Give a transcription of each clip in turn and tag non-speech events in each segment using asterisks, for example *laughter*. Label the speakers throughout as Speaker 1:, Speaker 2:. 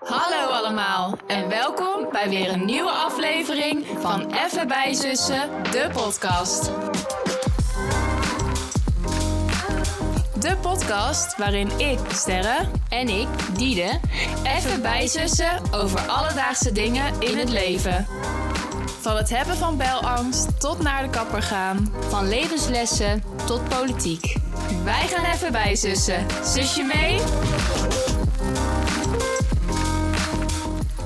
Speaker 1: Hallo allemaal en welkom bij weer een nieuwe aflevering van Even bij Zussen, de podcast. De podcast waarin ik, Sterre, en ik, Diede, even bijzussen over alledaagse dingen in het leven. Van het hebben van belangst tot naar de kapper gaan, van levenslessen tot politiek. Wij gaan even bijzussen. Zus je mee?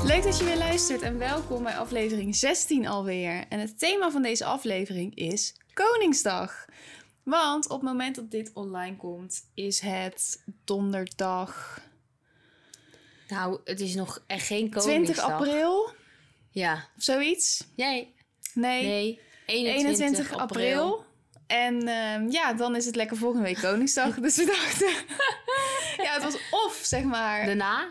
Speaker 1: Leuk dat je weer luistert en welkom bij aflevering 16 alweer. En het thema van deze aflevering is Koningsdag. Want op het moment dat dit online komt, is het donderdag
Speaker 2: Nou, het is nog echt geen Koningsdag.
Speaker 1: 20 april of
Speaker 2: Ja.
Speaker 1: zoiets.
Speaker 2: Nee.
Speaker 1: Nee,
Speaker 2: Nee. 21,
Speaker 1: 21 april. En ehm, ja, dan is het lekker volgende week Koningsdag. *laughs* dus we dachten. ja, het was of zeg maar
Speaker 2: Daarna?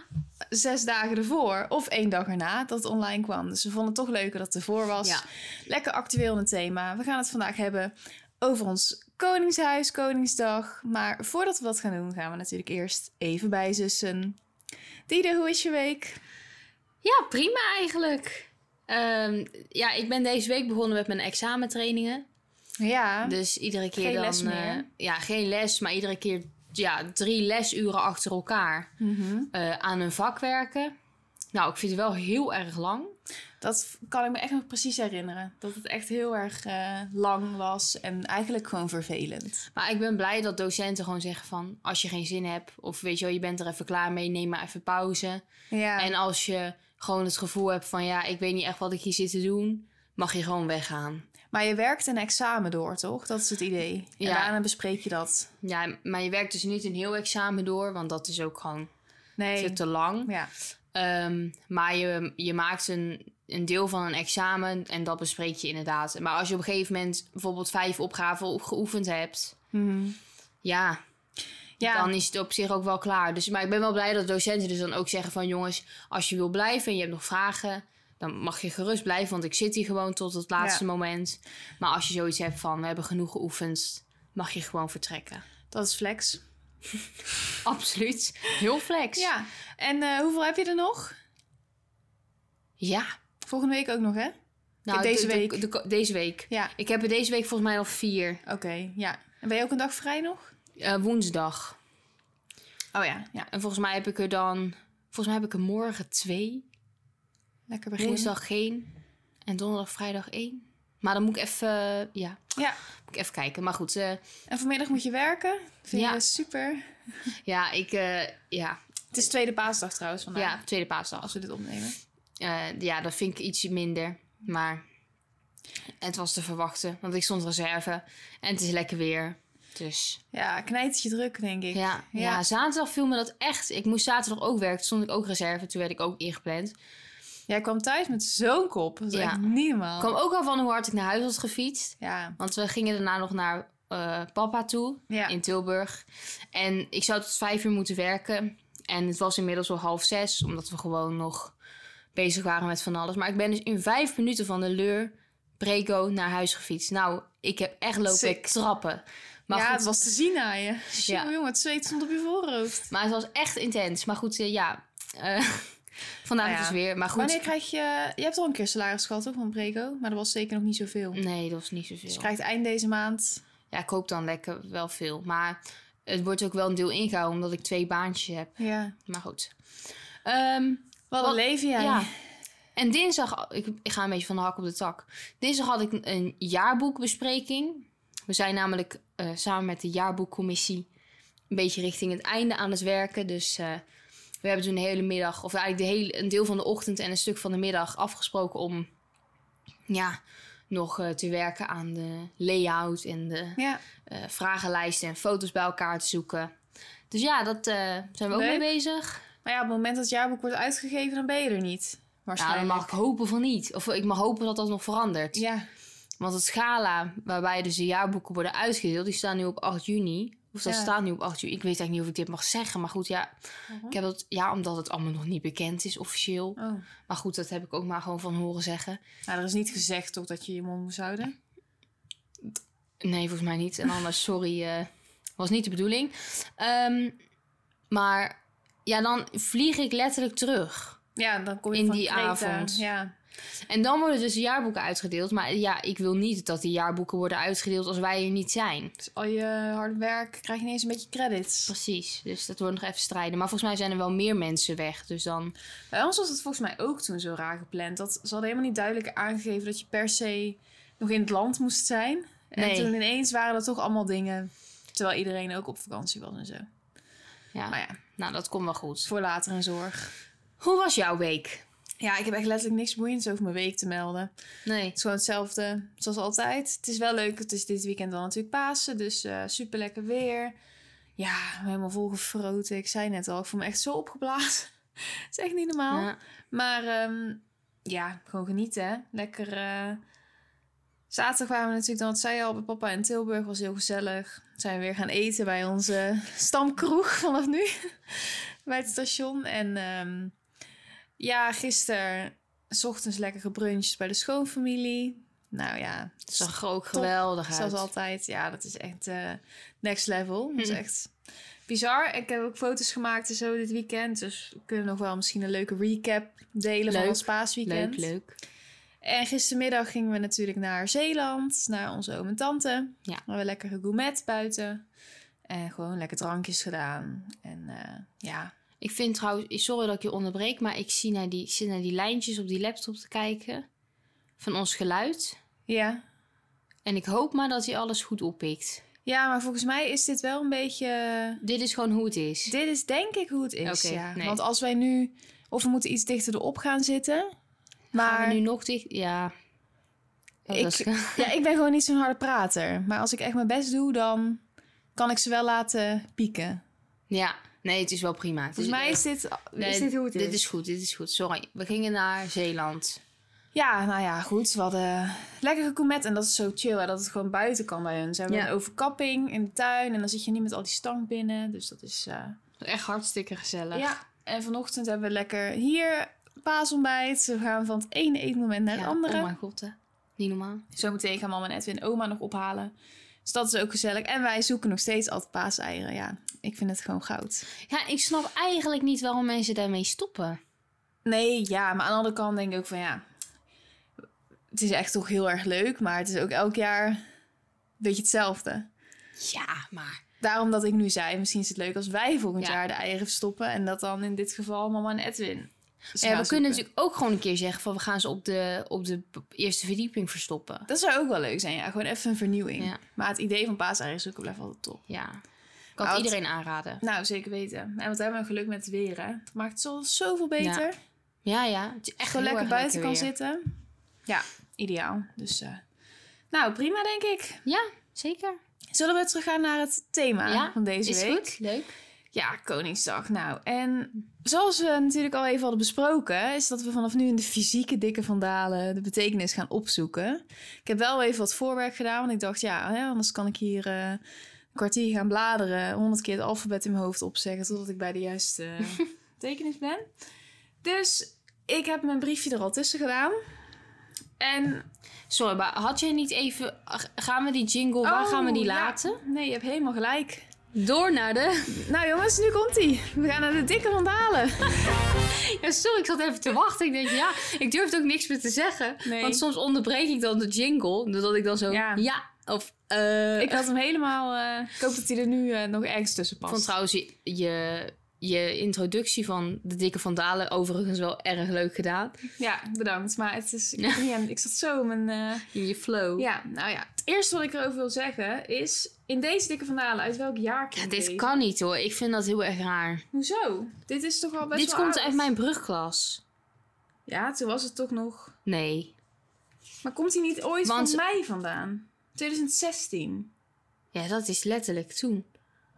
Speaker 1: zes dagen ervoor of één dag erna dat het online kwam. Dus we vonden het toch leuker dat het ervoor was.
Speaker 2: Ja.
Speaker 1: Lekker actueel in het thema. We gaan het vandaag hebben over ons Koningshuis, Koningsdag. Maar voordat we dat gaan doen, gaan we natuurlijk eerst even bijzussen. Diede, hoe is je week?
Speaker 2: Ja, prima eigenlijk. Ehm, ja, ik ben deze week begonnen met mijn examentrainingen.
Speaker 1: Ja,
Speaker 2: Dus iedere keer
Speaker 1: Geen
Speaker 2: dan...
Speaker 1: les meer.
Speaker 2: eh, ja, geen les, maar iedere keer ja, drie lesuren achter elkaar
Speaker 1: Mhm.
Speaker 2: eh, aan een vak werken. Nou, ik vind het wel heel erg lang.
Speaker 1: dat kan ik me echt nog precies herinneren. Dat het echt heel erg eh, lang was en eigenlijk gewoon vervelend.
Speaker 2: Maar ik ben blij dat docenten gewoon zeggen van... als je geen zin hebt of weet je wel, je bent er even klaar mee... neem maar even pauze.
Speaker 1: Ja,
Speaker 2: En als je gewoon het gevoel hebt van ja, ik weet niet echt wat ik hier zit te doen, mag je gewoon weggaan.
Speaker 1: maar je werkt een examen door, toch? Dat is het idee. En
Speaker 2: Ja.
Speaker 1: daarna bespreek je dat.
Speaker 2: Ja, maar je werkt dus niet een heel examen door, want dat is ook gewoon
Speaker 1: Nee.
Speaker 2: te- te lang.
Speaker 1: Ja.
Speaker 2: Ehm, maar je, je maakt een, een deel van een examen en dat bespreek je inderdaad. Maar als je op een gegeven moment bijvoorbeeld vijf opgaven geoefend hebt, ja,
Speaker 1: Mhm. Ja,
Speaker 2: dan is het op zich ook wel klaar. Dus, maar ik ben wel blij dat docenten dus dan ook zeggen van... jongens, als je wil blijven en je hebt nog vragen... dan mag je gerust blijven, want ik zit hier gewoon tot het laatste moment. Maar als je zoiets hebt van, we hebben genoeg geoefend... mag je gewoon vertrekken. *laughs*
Speaker 1: dat is flex.
Speaker 2: Absoluut. Heel flex.
Speaker 1: Ja, en eh, hoeveel heb je er nog?
Speaker 2: Ja.
Speaker 1: Volgende week ook nog, hè?
Speaker 2: Nou,
Speaker 1: Deze
Speaker 2: de- de-
Speaker 1: week.
Speaker 2: de- de- deze week.
Speaker 1: Ja,
Speaker 2: Ik heb er deze week volgens mij nog vier.
Speaker 1: oké, ja. En ben je ook een dag vrij nog?
Speaker 2: Eh, woensdag.
Speaker 1: Oh ja, ja.
Speaker 2: En volgens mij heb ik er dan... Volgens mij heb ik er morgen twee.
Speaker 1: Lekker beginnen.
Speaker 2: Woensdag geen. En donderdag, vrijdag één. Maar dan moet ik even... eh, ja,
Speaker 1: Ja,
Speaker 2: moet ik even kijken. Maar goed, eh,
Speaker 1: en vanmiddag moet je werken. Vind
Speaker 2: Ja.
Speaker 1: je super.
Speaker 2: Ja, ik, eh, ja,
Speaker 1: Het is tweede paasdag trouwens vandaag,
Speaker 2: ja, tweede paasdag.
Speaker 1: als we dit opnemen.
Speaker 2: Eh, ja, dat vind ik ietsje minder. Maar het was te verwachten, want ik stond reserve. En het is lekker weer. Dus
Speaker 1: Ja, knijtertje druk, denk ik.
Speaker 2: ja, ja.
Speaker 1: ja.
Speaker 2: zaterdag viel me dat echt. Ik moest zaterdag ook werken, toen stond ik ook reserve. Toen werd ik ook ingepland.
Speaker 1: Oh. Jij kwam thuis met zo'n kop. Dat is
Speaker 2: Ja.
Speaker 1: echt niet normaal.
Speaker 2: Ik kwam ook al van hoe hard ik naar huis had gefietst.
Speaker 1: Ja,
Speaker 2: Want we gingen daarna nog naar eh, papa toe
Speaker 1: ja.
Speaker 2: in Tilburg. En ik zou tot vijf uur moeten werken. En het was inmiddels al half zes, omdat we gewoon nog bezig waren met van alles. Maar ik ben dus in vijf minuten van de leur Prego naar huis gefietst. Nou, ik heb echt lopen
Speaker 1: Sick.
Speaker 2: trappen. Maar,
Speaker 1: ja,
Speaker 2: goed,
Speaker 1: het was te zien aan je.
Speaker 2: Ja.
Speaker 1: Jongen, jongen, het zweet stond op je voorhoofd.
Speaker 2: maar het was echt intens. Maar goed, eh, ja. eh, *laughs* vandaag
Speaker 1: Nou ja.
Speaker 2: dus weer. Maar goed.
Speaker 1: Wanneer krijg je... Je hebt al een keer salaris gehad, toch, van Prego? Maar dat was zeker nog niet zoveel.
Speaker 2: Nee, dat was niet zoveel.
Speaker 1: Dus je krijgt eind deze maand...
Speaker 2: Ja, ik hoop dan lekker wel veel. Maar het wordt ook wel een deel ingehouden, omdat ik twee baantjes heb.
Speaker 1: Ja.
Speaker 2: Maar goed. Ehm
Speaker 1: Wat een
Speaker 2: Wat-
Speaker 1: leven jij.
Speaker 2: Ja. En dinsdag, ik, ik ga een beetje van de hak op de tak. Dinsdag had ik een- een jaarboekbespreking. We zijn namelijk eh, samen met de jaarboekcommissie een beetje richting het einde aan het werken. Dus eh, we hebben toen de hele middag, of eigenlijk de hele, een deel van de ochtend en een stuk van de middag afgesproken om ja, nog eh, te werken aan de layout en de
Speaker 1: Ja.
Speaker 2: eh, vragenlijsten en foto's bij elkaar te zoeken. Dus ja, dat eh, zijn we ook
Speaker 1: Leuk.
Speaker 2: mee bezig.
Speaker 1: Maar ja, op het moment dat het jaarboek wordt uitgegeven, dan ben je er niet.
Speaker 2: Ja, Nou, dan
Speaker 1: Waarschijnlijk.
Speaker 2: mag ik hopen van niet. Of ik mag hopen dat dat nog verandert.
Speaker 1: Ja.
Speaker 2: Want het scala waarbij dus de jaarboeken worden uitgedeeld, die staan nu op 8 juni. Of dat
Speaker 1: Ja.
Speaker 2: staat nu op 8 juni. Ik weet eigenlijk niet of ik dit mag zeggen. Maar goed, ja,
Speaker 1: Uh-huh.
Speaker 2: ik heb dat, ja, omdat het allemaal nog niet bekend is officieel.
Speaker 1: Oh.
Speaker 2: Maar goed, dat heb ik ook maar gewoon van horen zeggen.
Speaker 1: Nou, er is niet gezegd toch dat je je mond moest houden?
Speaker 2: Nee, volgens mij eh, niet. En anders, sorry, eh, was niet de bedoeling. Ehm, maar ja, dan vlieg ik letterlijk terug.
Speaker 1: Ja, dan kom je
Speaker 2: In
Speaker 1: van
Speaker 2: die
Speaker 1: Kreta.
Speaker 2: avond.
Speaker 1: Ja.
Speaker 2: En dan worden dus de jaarboeken uitgedeeld. Maar ja, ik wil niet dat die jaarboeken worden uitgedeeld als wij er niet zijn.
Speaker 1: Dus al je hard werk krijg je ineens een beetje credits.
Speaker 2: Precies, dus dat wordt nog even strijden. Maar volgens mij zijn er wel meer mensen weg. Dus dan,
Speaker 1: Bij ons was het volgens mij ook toen zo raar gepland. Dat ze hadden helemaal niet duidelijk aangegeven dat je per se nog in het land moest zijn. En
Speaker 2: Nee.
Speaker 1: toen ineens waren dat toch allemaal dingen. Terwijl iedereen ook op vakantie was en zo.
Speaker 2: ja,
Speaker 1: Maar ja,
Speaker 2: nou dat komt wel goed.
Speaker 1: voor later en zorg.
Speaker 2: Hoe was jouw week?
Speaker 1: Ja, ik heb echt letterlijk niks boeiends over mijn week te melden.
Speaker 2: Nee.
Speaker 1: Het is gewoon hetzelfde zoals altijd. Het is wel leuk. Het is dit weekend dan natuurlijk Pasen. Dus super lekker weer. Ja, helemaal volgefroten. Ik zei net al, ik voel me echt zo opgeblazen. *laughs* Het is echt niet normaal.
Speaker 2: Ja.
Speaker 1: Maar ehm, ja, gewoon genieten. hè. Lekker. eh, Zaterdag waren we natuurlijk dan, dat zei je al, bij papa in Tilburg. Was heel gezellig. Zijn we weer gaan eten bij onze stamkroeg vanaf nu. *laughs* bij het station. En ehm, ja, gisteren, 's ochtends lekker gebruncht bij de schoonfamilie. Nou ja,
Speaker 2: Het zag er ook geweldig uit.
Speaker 1: Zoals altijd. Ja, dat is echt eh, next level. Dat is
Speaker 2: Hm.
Speaker 1: echt bizar. Ik heb ook foto's gemaakt en zo dit weekend. Dus we kunnen nog wel misschien een leuke recap delen van
Speaker 2: Leuk.
Speaker 1: ons paasweekend.
Speaker 2: Leuk, leuk.
Speaker 1: En gistermiddag gingen we natuurlijk naar Zeeland. Naar onze oom en tante.
Speaker 2: Ja.
Speaker 1: We hebben lekker gegourmet buiten. En gewoon lekker drankjes gedaan. En eh, ja,
Speaker 2: Ik vind trouwens, sorry dat ik je onderbreek, maar ik zie naar die, ik zit naar die lijntjes op die laptop te kijken van ons geluid.
Speaker 1: ja.
Speaker 2: En ik hoop maar dat hij alles goed oppikt.
Speaker 1: Ja, maar volgens mij is dit wel een beetje...
Speaker 2: Dit is gewoon hoe het is.
Speaker 1: Dit is denk ik hoe het is,
Speaker 2: Oké,
Speaker 1: ja.
Speaker 2: nee.
Speaker 1: Want als wij nu... Of we moeten iets dichter erop gaan zitten. Maar...
Speaker 2: Gaan we nu nog dicht? Ja. Oh, dat
Speaker 1: Ik-
Speaker 2: is-
Speaker 1: Ja, ik ben gewoon niet zo'n harde prater. Maar als ik echt mijn best doe, dan kan ik ze wel laten pieken.
Speaker 2: *laughs* ja. Nee, het is wel prima. Het
Speaker 1: Volgens mij is dit,
Speaker 2: Dus, eh, Nee,
Speaker 1: is dit hoe het is.
Speaker 2: Dit is goed, dit is goed. Sorry, we gingen naar Zeeland.
Speaker 1: Ja, nou ja, goed. We hadden lekker gekomet. En dat is zo chill, hè, dat het gewoon buiten kan bij hun. Ze hebben
Speaker 2: Ja.
Speaker 1: een overkapping in de tuin. En dan zit je niet met al die stank binnen. Dus dat is... eh,
Speaker 2: Echt hartstikke gezellig.
Speaker 1: ja. En vanochtend hebben we lekker hier paasontbijt. We gaan van het ene eetmoment naar het
Speaker 2: Ja,
Speaker 1: andere.
Speaker 2: Oh mijn god, hè. Niet normaal.
Speaker 1: Zometeen gaan mama en Edwin oma nog ophalen. Dus dat is ook gezellig. En wij zoeken nog steeds altijd paaseieren. Ja, ik vind het gewoon goud.
Speaker 2: Ja, ik snap eigenlijk niet waarom mensen daarmee stoppen.
Speaker 1: Nee, ja, maar aan de andere kant denk ik ook van ja. Het is echt toch heel erg leuk, maar het is ook elk jaar een beetje hetzelfde.
Speaker 2: Ja, maar...
Speaker 1: Daarom dat ik nu zei, misschien is het leuk als wij volgend
Speaker 2: Ja.
Speaker 1: jaar de eieren verstoppen. En dat dan in dit geval mama en Edwin. ze
Speaker 2: Ja, we
Speaker 1: gaan
Speaker 2: kunnen
Speaker 1: zoeken.
Speaker 2: natuurlijk ook gewoon een keer zeggen van we gaan ze op de, op de p- eerste verdieping verstoppen.
Speaker 1: Dat zou ook wel leuk zijn, ja. Gewoon even een vernieuwing.
Speaker 2: Ja.
Speaker 1: Maar het idee van paaseieren zoeken blijft altijd top.
Speaker 2: Ja. Kan
Speaker 1: Oud.
Speaker 2: het iedereen aanraden.
Speaker 1: Nou, zeker weten. En wat hebben we geluk met het weer, hè. Dat maakt het zo, zoveel beter.
Speaker 2: Ja, ja. Het is echt
Speaker 1: Gewoon
Speaker 2: heel
Speaker 1: lekker
Speaker 2: erg
Speaker 1: buiten kan
Speaker 2: weer.
Speaker 1: zitten. Ja, ideaal. Dus, eh, nou, prima denk ik.
Speaker 2: Ja, zeker.
Speaker 1: Zullen we teruggaan naar het thema
Speaker 2: Ja,
Speaker 1: van deze
Speaker 2: is
Speaker 1: week?
Speaker 2: goed. Leuk.
Speaker 1: Ja, Koningsdag. Nou, en zoals we natuurlijk al even hadden besproken, is dat we vanaf nu in de fysieke dikke vandalen de betekenis gaan opzoeken. Ik heb wel even wat voorwerk gedaan, want ik dacht, ja, hè, anders kan ik hier eh, een kwartier gaan bladeren, honderd keer het alfabet in mijn hoofd opzeggen, totdat ik bij de juiste
Speaker 2: *laughs*
Speaker 1: eh, betekenis ben. Dus ik heb mijn briefje er al tussen gedaan. En
Speaker 2: Sorry, maar had jij niet even... g- Gaan we die jingle, waar
Speaker 1: Oh,
Speaker 2: gaan we die
Speaker 1: ja.
Speaker 2: laten?
Speaker 1: nee, je hebt helemaal gelijk.
Speaker 2: Door naar de...
Speaker 1: Nou jongens, nu komt ie. We gaan naar de dikke vandalen.
Speaker 2: Ja, sorry, ik zat even te wachten. Ik denk, ja, ik durfde ook niks meer te zeggen.
Speaker 1: Nee.
Speaker 2: Want soms onderbreek ik dan de jingle, doordat ik dan zo...
Speaker 1: Ja.
Speaker 2: Ja. of... eh
Speaker 1: Ik had hem helemaal. eh, ik hoop dat hij er nu eh, nog ergens tussen
Speaker 2: Ik
Speaker 1: past.
Speaker 2: vond trouwens je, je, je introductie van de dikke Van Dalen overigens wel erg leuk gedaan.
Speaker 1: Ja, bedankt. Maar het is. Ik, ja, ik zat zo in mijn. eh,
Speaker 2: In je flow.
Speaker 1: Ja, nou ja. Het eerste wat ik erover wil zeggen is. In deze dikke vandalen, uit welk jaar komt
Speaker 2: Ja, dit
Speaker 1: deze?
Speaker 2: kan niet hoor. Ik vind dat heel erg raar.
Speaker 1: Hoezo? Dit is toch al best
Speaker 2: dit
Speaker 1: wel
Speaker 2: komt
Speaker 1: oud?
Speaker 2: uit mijn brugklas.
Speaker 1: Ja, toen was het toch nog.
Speaker 2: Nee.
Speaker 1: Maar komt hij niet ooit
Speaker 2: Want-
Speaker 1: van mij vandaan? 2016.
Speaker 2: Ja, dat is letterlijk toen.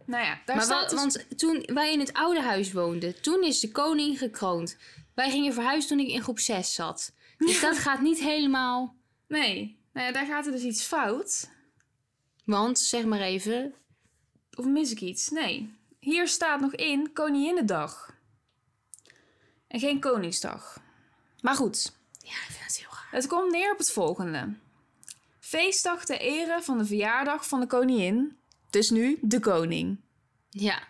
Speaker 1: Nou ja, daar
Speaker 2: maar
Speaker 1: staat
Speaker 2: wel-
Speaker 1: dus-
Speaker 2: want toen wij in het oude huis woonden, toen is de koning gekroond. Wij gingen verhuizen toen ik in groep 6 zat. Dus dat gaat niet helemaal.
Speaker 1: Nee, nou ja, daar gaat er dus iets fout.
Speaker 2: Want zeg maar even.
Speaker 1: Of mis ik iets? Nee. Hier staat nog in Koninginnedag. En geen Koningsdag. Maar goed,
Speaker 2: Ja, ik vind het heel raar.
Speaker 1: Het komt neer op het volgende. Feestdag ter ere van de verjaardag van de koningin. Dus nu de koning.
Speaker 2: Ja.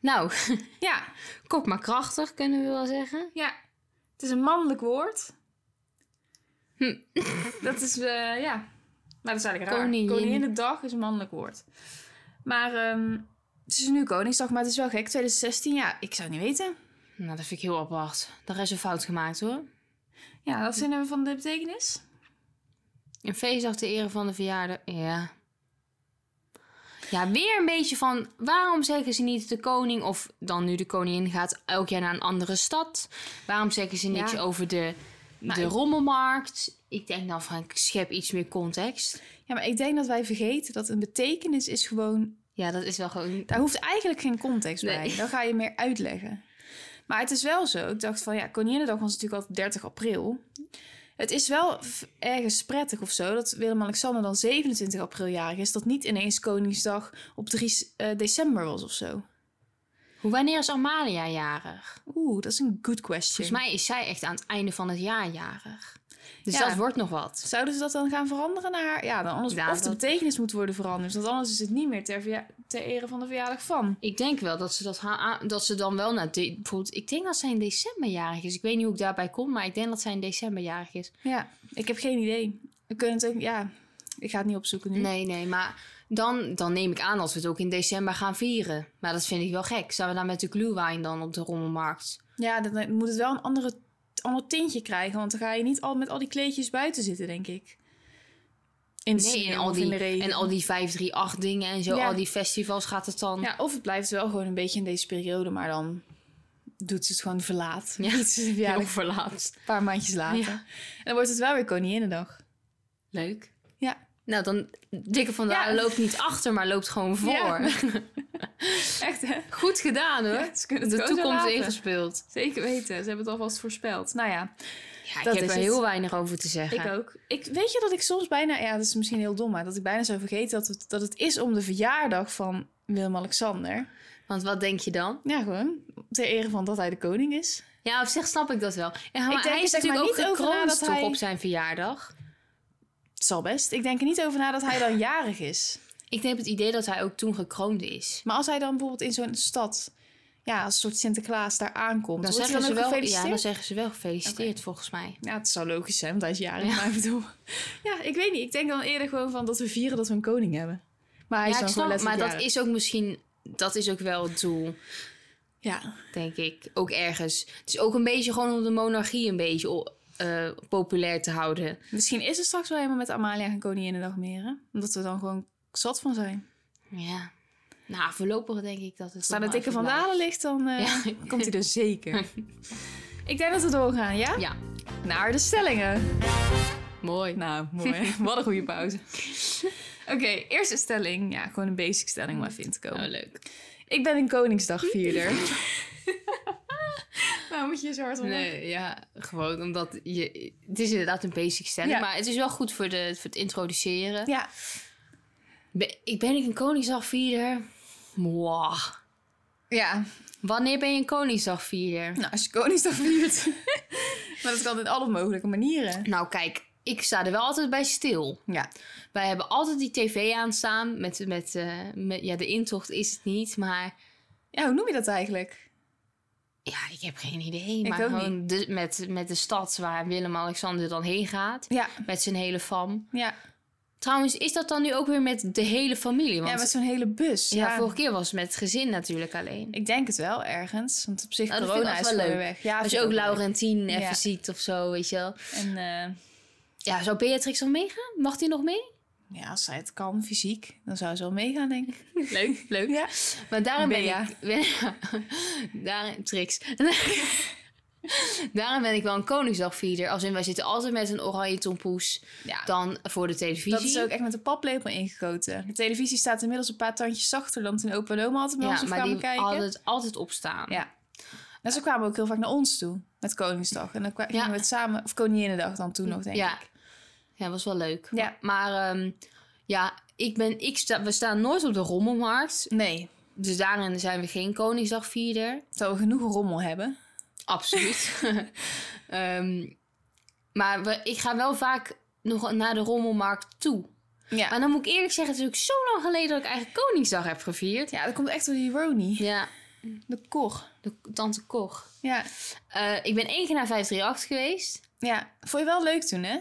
Speaker 2: Nou, *laughs*
Speaker 1: Ja,
Speaker 2: kort maar krachtig kunnen we wel zeggen.
Speaker 1: ja. Het is een mannelijk woord.
Speaker 2: Hm.
Speaker 1: *laughs* Dat is, eh, ja. Maar dat is eigenlijk raar.
Speaker 2: Koningin.
Speaker 1: Koninginnedag is een mannelijk woord. Maar ehm, het is nu Koningsdag, maar het is wel gek. 2016, ja, ik zou het niet weten.
Speaker 2: Nou, dat vind ik heel apart. Daar is een fout gemaakt hoor.
Speaker 1: Ja, wat vinden we van de betekenis?
Speaker 2: Een feestdag ter ere van de verjaardag. Ja. Ja, weer een beetje van waarom zeggen ze niet de koning of dan nu de koningin gaat elk jaar naar een andere stad? Waarom zeggen ze niks
Speaker 1: Ja.
Speaker 2: over de,
Speaker 1: Maar
Speaker 2: de
Speaker 1: ik-
Speaker 2: rommelmarkt? Ik denk dan van ik schep iets meer context.
Speaker 1: Ja, maar ik denk dat wij vergeten dat een betekenis is gewoon...
Speaker 2: Ja, dat is wel gewoon.
Speaker 1: Daar hoeft eigenlijk geen context bij.
Speaker 2: Nee.
Speaker 1: Dan ga je meer uitleggen. Maar het is wel zo. Ik dacht van, ja, Koninginnedag was natuurlijk al 30 april. Het is wel v- ergens prettig of zo dat Willem-Alexander dan 27 april jarig is. Dat niet ineens Koningsdag op 3 s- eh, december was of zo.
Speaker 2: Hoe, wanneer is Amalia jarig?
Speaker 1: Oeh, dat is een good question.
Speaker 2: Volgens mij is zij echt aan het einde van het jaar jarig. Dus
Speaker 1: Ja.
Speaker 2: dat wordt nog wat.
Speaker 1: Zouden ze dat dan gaan veranderen naar haar? Ja, dan anders
Speaker 2: Ja,
Speaker 1: of de
Speaker 2: dat-
Speaker 1: betekenis moet worden veranderd. Want anders is het niet meer ter, verja- ter ere van de verjaardag van.
Speaker 2: Ik denk wel dat ze, dat ha- dat ze dan wel naar... de- bijvoorbeeld, ik denk dat zij in december jarig is. Ik weet niet hoe ik daarbij kom, maar ik denk dat zij in december jarig is.
Speaker 1: Ja, ik heb geen idee. We kunnen het ook, ja, ik ga het niet opzoeken nu.
Speaker 2: Nee, nee, maar dan, dan neem ik aan dat we het ook in december gaan vieren. Maar dat vind ik wel gek. Zijn we dan met de glühwein dan op de rommelmarkt?
Speaker 1: Ja, dan eh, moet het wel een andere, ander tintje krijgen. Want dan ga je niet al met al die kleedjes buiten zitten, denk ik. In de
Speaker 2: Nee,
Speaker 1: sneeuw
Speaker 2: en al
Speaker 1: of in
Speaker 2: die,
Speaker 1: de regen.
Speaker 2: en al die 538 dingen en zo,
Speaker 1: Ja.
Speaker 2: al die festivals gaat het dan...
Speaker 1: Ja, of het blijft wel gewoon een beetje in deze periode, maar dan doet ze het gewoon verlaat.
Speaker 2: Ja.
Speaker 1: Niet de
Speaker 2: heel
Speaker 1: verjaardag
Speaker 2: verlaat.
Speaker 1: een paar maandjes later.
Speaker 2: Ja.
Speaker 1: En dan wordt het wel weer Koninginnedag.
Speaker 2: Leuk.
Speaker 1: Ja.
Speaker 2: Nou, dan Dikke van der
Speaker 1: Ja.
Speaker 2: Laan loopt niet achter, maar loopt gewoon voor.
Speaker 1: Ja. *laughs* Echt, hè?
Speaker 2: Goed gedaan, hoor.
Speaker 1: Ja, ze kunnen het
Speaker 2: de
Speaker 1: gewoon zo
Speaker 2: toekomst
Speaker 1: laten.
Speaker 2: ingespeeld.
Speaker 1: Zeker weten, ze hebben het alvast voorspeld. Nou ja,
Speaker 2: Ja, ik
Speaker 1: Dat
Speaker 2: heb
Speaker 1: is
Speaker 2: er
Speaker 1: het.
Speaker 2: heel weinig over te zeggen.
Speaker 1: ik ook. Ik, weet je dat ik soms bijna, ja, dat is misschien heel dom, maar dat ik bijna zou vergeten dat het, dat het is om de verjaardag van Willem-Alexander.
Speaker 2: Want wat denk je dan?
Speaker 1: Ja, gewoon ter ere van dat hij de koning is.
Speaker 2: Ja, op zich snap ik dat wel. Ja, maar
Speaker 1: denk
Speaker 2: hij
Speaker 1: er
Speaker 2: is
Speaker 1: zeg maar
Speaker 2: natuurlijk
Speaker 1: niet
Speaker 2: ook
Speaker 1: over na
Speaker 2: gekroond
Speaker 1: dat
Speaker 2: toch
Speaker 1: hij-
Speaker 2: op zijn verjaardag.
Speaker 1: Het zal best. Ik denk er niet over na dat hij
Speaker 2: *laughs*
Speaker 1: dan jarig is.
Speaker 2: Ik heb het idee dat hij ook toen gekroond is.
Speaker 1: Maar als hij dan bijvoorbeeld in zo'n stad, ja, als een soort Sinterklaas daar aankomt,
Speaker 2: Dan
Speaker 1: wordt hij
Speaker 2: zeggen,
Speaker 1: dan
Speaker 2: ze
Speaker 1: ook
Speaker 2: wel, ja, dan
Speaker 1: gefeliciteerd?
Speaker 2: zeggen ze wel gefeliciteerd, volgens mij.
Speaker 1: Ja, het zou logisch zijn, want hij is jarig, maar ik bedoel... Ja, ik weet niet. Ik denk dan eerder gewoon van dat we vieren dat we een koning hebben. Maar hij is
Speaker 2: ja, ik
Speaker 1: dan gewoon
Speaker 2: snap, maar
Speaker 1: letterlijk
Speaker 2: dat is ook misschien... Dat is ook wel het doel,
Speaker 1: jarig. Ja,
Speaker 2: denk ik. Ook ergens. Het is ook een beetje gewoon om de monarchie een beetje o- eh, populair te houden.
Speaker 1: Misschien is het straks wel helemaal met Amalia en Koninginnedag meer, hè? Omdat we dan gewoon zat van zijn.
Speaker 2: Ja. Nou, voorlopig denk ik dat het...
Speaker 1: Als daar de
Speaker 2: nog maar
Speaker 1: dikke
Speaker 2: even
Speaker 1: van
Speaker 2: blijft.
Speaker 1: Dalen ligt, dan eh,
Speaker 2: Ja.
Speaker 1: *laughs* komt hij er zeker. *laughs* Ik denk dat we doorgaan, ja?
Speaker 2: Ja,
Speaker 1: Naar de stellingen.
Speaker 2: mooi.
Speaker 1: Nou, mooi. *laughs* Wat een goede pauze. Oké, eerste stelling. Ja, gewoon een basic stelling om even in te komen.
Speaker 2: Oh, leuk.
Speaker 1: Ik ben een Koningsdagvierder. *laughs* nou, moet je je zo hard om lachen.
Speaker 2: Nee, ja, gewoon omdat je... Het is inderdaad een basic stelling,
Speaker 1: Ja.
Speaker 2: maar het is wel goed voor, de, voor het introduceren.
Speaker 1: Ja,
Speaker 2: Ben, ik ben ik een Koningsdagvierder? Mwah.
Speaker 1: ja.
Speaker 2: Wanneer ben je een Koningsdagvierder?
Speaker 1: Nou, als je Koningsdag viert. *laughs* maar dat kan in alle mogelijke manieren.
Speaker 2: Nou, kijk, ik sta er wel altijd bij stil.
Speaker 1: Ja,
Speaker 2: Wij hebben altijd die tv aanstaan met... met, eh, met ja, de intocht is het niet, maar...
Speaker 1: ja hoe noem je dat eigenlijk?
Speaker 2: Ja, ik heb geen idee.
Speaker 1: Ik
Speaker 2: maar
Speaker 1: ook
Speaker 2: gewoon De, met, met de stad waar Willem-Alexander dan heen gaat.
Speaker 1: Ja,
Speaker 2: Met zijn hele fam.
Speaker 1: ja.
Speaker 2: Trouwens, is dat dan nu ook weer met de hele familie? Want
Speaker 1: ja met zo'n hele bus.
Speaker 2: Ja, vorige keer was het met het gezin natuurlijk alleen.
Speaker 1: Ik denk het wel ergens, want op zich
Speaker 2: Nou, dat
Speaker 1: corona
Speaker 2: vind
Speaker 1: is
Speaker 2: ik ook wel
Speaker 1: gewoon weer
Speaker 2: leuk.
Speaker 1: weg. Ja,
Speaker 2: Als
Speaker 1: vind
Speaker 2: je
Speaker 1: ik
Speaker 2: ook
Speaker 1: wel leuk.
Speaker 2: Laurentien even
Speaker 1: Ja.
Speaker 2: ziet of zo, weet je wel.
Speaker 1: En eh,
Speaker 2: Ja, zou Beatrix nog meegaan? Mag die nog
Speaker 1: *laughs*
Speaker 2: mee?
Speaker 1: ja, als zij het kan, fysiek, dan zou ze wel meegaan, denk ik.
Speaker 2: Leuk, leuk.
Speaker 1: Ja.
Speaker 2: Maar daarom ben
Speaker 1: Bea.
Speaker 2: ik... Ben, *laughs* daarin, tricks. *laughs* daarom ben ik wel een Koningsdagvierder. Als in, wij zitten altijd met een oranje tompoes
Speaker 1: ja.
Speaker 2: dan voor de televisie.
Speaker 1: Dat is ook echt met een paplepel ingegoten. De televisie staat inmiddels een paar tandjes zachter dan toen opa en oma altijd met
Speaker 2: ja,
Speaker 1: ons op
Speaker 2: maar
Speaker 1: kwamen
Speaker 2: die
Speaker 1: kijken.
Speaker 2: hadden het altijd opstaan.
Speaker 1: Ja. En ze kwamen ook heel vaak naar ons toe, met Koningsdag. En dan kwa- gingen
Speaker 2: Ja.
Speaker 1: we het samen, of Koninginnedag dan toen nog, denk
Speaker 2: ja.
Speaker 1: ik.
Speaker 2: Ja, was wel leuk.
Speaker 1: Ja.
Speaker 2: Maar ehm, ja, ik ben, ik sta, we staan nooit op de rommelmarkt.
Speaker 1: Nee,
Speaker 2: Dus daarin zijn we geen Koningsdagvierder.
Speaker 1: terwijl we genoeg rommel hebben.
Speaker 2: Absoluut. *laughs* Ehm, maar we- ik ga wel vaak nog naar de rommelmarkt toe.
Speaker 1: Ja,
Speaker 2: Maar dan moet ik eerlijk zeggen, het is ook zo lang geleden dat ik eigenlijk Koningsdag heb gevierd.
Speaker 1: ja dat komt echt door die Roni.
Speaker 2: Ja,
Speaker 1: De koch.
Speaker 2: De tante Koch.
Speaker 1: Ja.
Speaker 2: Eh, ik ben één keer naar 538 geweest.
Speaker 1: ja. Vond je wel leuk toen, hè?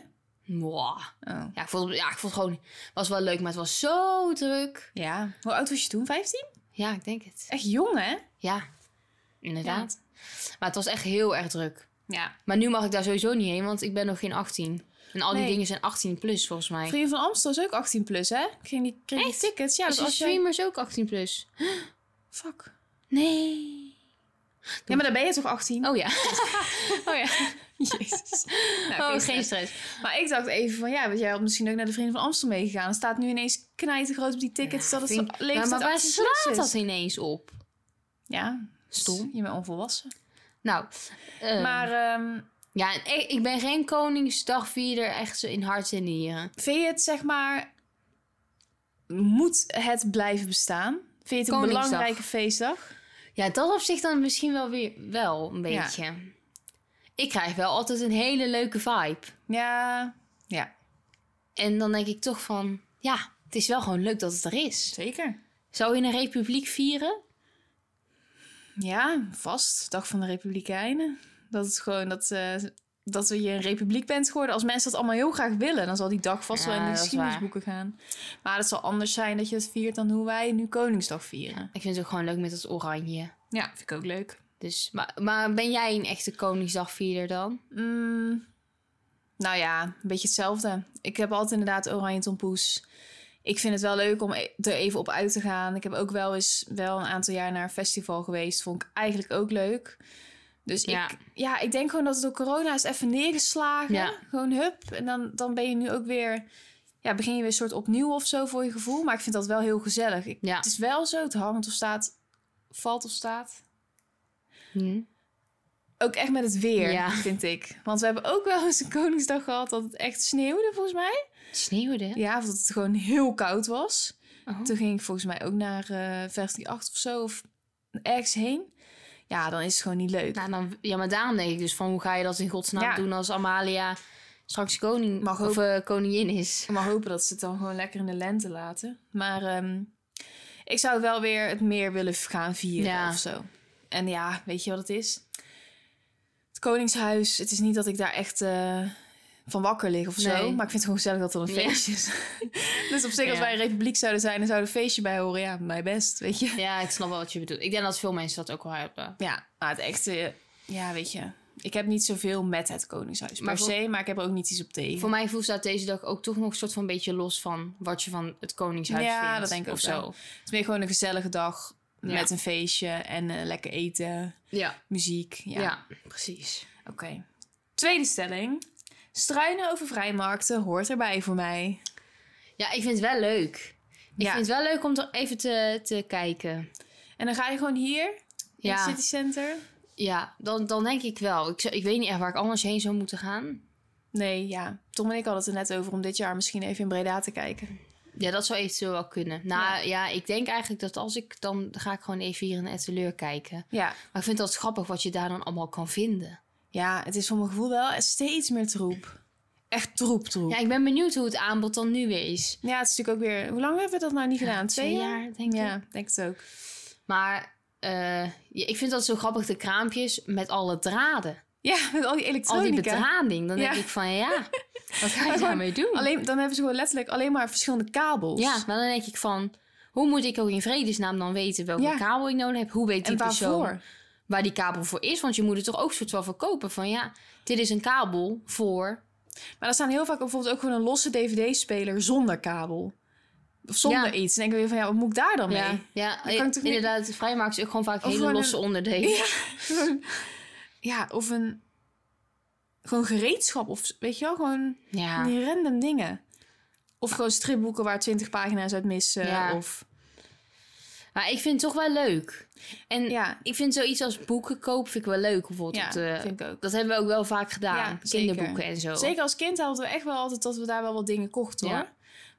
Speaker 2: Mwah.
Speaker 1: Oh.
Speaker 2: Ja, ik vond, het- ja, ik vond het gewoon... was wel leuk, maar het was zo druk.
Speaker 1: Ja. Hoe oud was je toen? 15?
Speaker 2: Ja, ik denk het.
Speaker 1: Echt jong, hè?
Speaker 2: Ja, inderdaad. Maar het was echt heel erg druk.
Speaker 1: Ja.
Speaker 2: Maar nu mag ik daar sowieso niet heen, want ik ben nog geen 18. En al die
Speaker 1: Nee.
Speaker 2: dingen zijn 18 plus, volgens mij.
Speaker 1: Vrienden van Amstel is ook 18 plus, hè? Ik Ging die, kreeg die
Speaker 2: Echt?
Speaker 1: tickets? Ja,
Speaker 2: Ja,
Speaker 1: dus als jij...
Speaker 2: streamers ook 18 plus?
Speaker 1: Fuck.
Speaker 2: Nee.
Speaker 1: Ja, maar dan ben je toch 18?
Speaker 2: *laughs* Oh ja. oh ja.
Speaker 1: *laughs* jezus. Nou,
Speaker 2: Oh,
Speaker 1: stress.
Speaker 2: geen stress.
Speaker 1: Maar ik dacht even van, ja, want jij had misschien ook naar de Vrienden van Amstel meegegaan. Het staat nu ineens knijten groot op die tickets dat het
Speaker 2: vind-
Speaker 1: zo leeftijd
Speaker 2: maar, maar waar
Speaker 1: 18 plus
Speaker 2: slaat
Speaker 1: is.
Speaker 2: dat ineens op?
Speaker 1: Ja,
Speaker 2: Stom.
Speaker 1: Je bent onvolwassen.
Speaker 2: Nou, eh,
Speaker 1: Maar ehm,
Speaker 2: ja, en ik, ik ben geen Koningsdagvierder echt zo in hart en nieren.
Speaker 1: vind je het, zeg maar, moet het blijven bestaan? Vind je het een
Speaker 2: Koningsdag.
Speaker 1: belangrijke feestdag?
Speaker 2: Ja, dat op zich dan misschien wel weer wel een
Speaker 1: Ja.
Speaker 2: beetje. Ik krijg wel altijd een hele leuke vibe.
Speaker 1: Ja, ja.
Speaker 2: En dan denk ik toch van, ja, het is wel gewoon leuk dat het er is.
Speaker 1: Zeker.
Speaker 2: Zou je een republiek vieren?
Speaker 1: Ja, vast. Dag van de Republikeinen. Dat het gewoon dat, eh, dat we je een republiek bent geworden. Als mensen dat allemaal heel graag willen, dan zal die dag vast wel
Speaker 2: Ja,
Speaker 1: in de
Speaker 2: dat is waar.
Speaker 1: geschiedenisboeken gaan. Maar het zal anders zijn dat je het viert dan hoe wij nu Koningsdag vieren.
Speaker 2: Ik vind het ook gewoon leuk met dat oranje.
Speaker 1: Ja, vind ik ook leuk.
Speaker 2: Dus, maar, maar ben jij een echte Koningsdagvierder dan?
Speaker 1: Mm, nou ja, een beetje hetzelfde. Ik heb altijd inderdaad oranje tompoes. Ik vind het wel leuk om e- er even op uit te gaan. Ik heb ook wel eens wel een aantal jaar naar een festival geweest. Vond ik eigenlijk ook leuk. Dus
Speaker 2: Ja.
Speaker 1: Ik, ja, ik denk gewoon dat het door corona is even neergeslagen.
Speaker 2: Ja.
Speaker 1: Gewoon hup. En dan, dan ben je nu ook weer... Ja, begin je weer een soort opnieuw of zo voor je gevoel. Maar ik vind dat wel heel gezellig. Ik-
Speaker 2: Ja.
Speaker 1: Het is wel zo, het hangt of staat... Valt of staat
Speaker 2: Hm?
Speaker 1: ook echt met het weer,
Speaker 2: Ja.
Speaker 1: vind ik. Want we hebben ook wel eens een Koningsdag gehad dat het echt sneeuwde, volgens mij.
Speaker 2: Sneeuwde?
Speaker 1: Ja, of dat het gewoon heel koud was.
Speaker 2: Oh.
Speaker 1: Toen ging ik volgens mij ook naar eh versie 8 of zo, of ergens heen. Ja, dan is het gewoon niet leuk.
Speaker 2: Nou, dan, ja, maar daarom denk ik dus van, hoe ga je dat in godsnaam
Speaker 1: Ja.
Speaker 2: doen als Amalia straks koning
Speaker 1: Mag
Speaker 2: of eh, koningin is?
Speaker 1: Ik mag hopen dat ze het dan gewoon lekker in de lente laten. Maar ehm, ik zou wel weer het meer willen gaan vieren
Speaker 2: Ja.
Speaker 1: of zo. En ja, weet je wat het is? Het Koningshuis, het is niet dat ik daar echt eh, van wakker lig of zo.
Speaker 2: Nee.
Speaker 1: Maar ik vind het gewoon gezellig dat er een
Speaker 2: Ja.
Speaker 1: feestje is. *laughs* dus op zich, als
Speaker 2: Ja.
Speaker 1: wij een republiek zouden zijn en zou een feestje bij horen, ja, mij best, weet je.
Speaker 2: Ja, ik snap wel wat je bedoelt. Ik denk dat veel mensen dat ook wel hebben.
Speaker 1: Ja, maar het echte, ja, weet je. Ik heb niet zoveel met het Koningshuis
Speaker 2: Maar
Speaker 1: per
Speaker 2: voor-
Speaker 1: se, maar ik heb er ook niet iets op tegen.
Speaker 2: Voor mijn gevoel staat deze dag ook toch nog een soort van beetje los van wat je van het Koningshuis
Speaker 1: Ja,
Speaker 2: vindt.
Speaker 1: dat denk ik
Speaker 2: of
Speaker 1: ook
Speaker 2: zo.
Speaker 1: wel. Het is meer gewoon een gezellige dag
Speaker 2: Ja.
Speaker 1: met een feestje en eh, lekker eten,
Speaker 2: Ja.
Speaker 1: muziek.
Speaker 2: Ja.
Speaker 1: Ja,
Speaker 2: precies.
Speaker 1: oké. Tweede stelling. Struinen over vrijmarkten hoort erbij voor mij.
Speaker 2: Ja, ik vind het wel leuk. Ik
Speaker 1: Ja.
Speaker 2: vind het wel leuk om er even te, te kijken.
Speaker 1: En dan ga je gewoon hier in het
Speaker 2: Ja,
Speaker 1: City Center?
Speaker 2: ja dan, dan denk ik wel. Ik, zou- ik weet niet echt waar ik anders heen zou moeten gaan.
Speaker 1: Nee, ja. Tom en ik hadden het er net over om dit jaar misschien even in Breda te kijken.
Speaker 2: Ja, dat zou eventueel wel kunnen. Nou ja, ik denk eigenlijk dat als ik... Dan ga ik gewoon even hier in Etteleur kijken.
Speaker 1: Ja.
Speaker 2: Maar ik vind dat grappig wat je daar dan allemaal kan vinden.
Speaker 1: Ja, het is voor mijn gevoel wel steeds meer troep. Echt troep, troep.
Speaker 2: Ja,
Speaker 1: Ja,
Speaker 2: ik ben benieuwd hoe het aanbod dan nu weer is.
Speaker 1: het is natuurlijk ook weer... Hoe lang hebben we dat nou niet gedaan? Twee, jaar?
Speaker 2: denk ik.
Speaker 1: Ja, denk het ook.
Speaker 2: Maar eh, ja, ik vind dat zo grappig, de kraampjes met alle draden.
Speaker 1: Ja, *laughs* met al die
Speaker 2: Al die
Speaker 1: elektronica.
Speaker 2: bedrading. Dan denk
Speaker 1: Ja.
Speaker 2: ik van,
Speaker 1: *laughs*
Speaker 2: ja, wat ga je
Speaker 1: gewoon
Speaker 2: daarmee doen?
Speaker 1: Alleen, dan hebben ze gewoon letterlijk alleen maar verschillende kabels.
Speaker 2: Ja, maar dan denk ik van, hoe moet ik ook in vredesnaam dan weten welke
Speaker 1: Ja.
Speaker 2: kabel ik nodig heb? Hoe weet die
Speaker 1: en
Speaker 2: persoon
Speaker 1: waarvoor?
Speaker 2: waar die kabel voor is? Want je moet het toch ook soort van verkopen van, ja, dit is een kabel voor...
Speaker 1: Maar er staan heel vaak bijvoorbeeld ook gewoon een losse DVD-speler zonder kabel. Of zonder
Speaker 2: Ja.
Speaker 1: iets. Dan denk ik weer van, ja, wat moet ik daar dan
Speaker 2: Ja,
Speaker 1: mee?
Speaker 2: ja
Speaker 1: Je kan toch niet-
Speaker 2: inderdaad, vrijmarkt is ook gewoon vaak hele
Speaker 1: gewoon
Speaker 2: losse onderdelen.
Speaker 1: Ja, of een... Gewoon gereedschap of, weet je wel, gewoon
Speaker 2: Ja.
Speaker 1: die random dingen. Of gewoon stripboeken waar twintig pagina's uit missen.
Speaker 2: Ja.
Speaker 1: Of,
Speaker 2: maar ik vind het toch wel leuk. En
Speaker 1: ja,
Speaker 2: ik vind zoiets als boeken kopen vind ik wel leuk. Bijvoorbeeld
Speaker 1: ja
Speaker 2: op de-
Speaker 1: vind ik ook.
Speaker 2: Dat hebben we ook wel vaak gedaan.
Speaker 1: Ja, zeker.
Speaker 2: Kinderboeken en zo.
Speaker 1: Zeker als kind hadden we echt wel altijd dat we daar wel wat dingen kochten,
Speaker 2: Ja.
Speaker 1: hoor.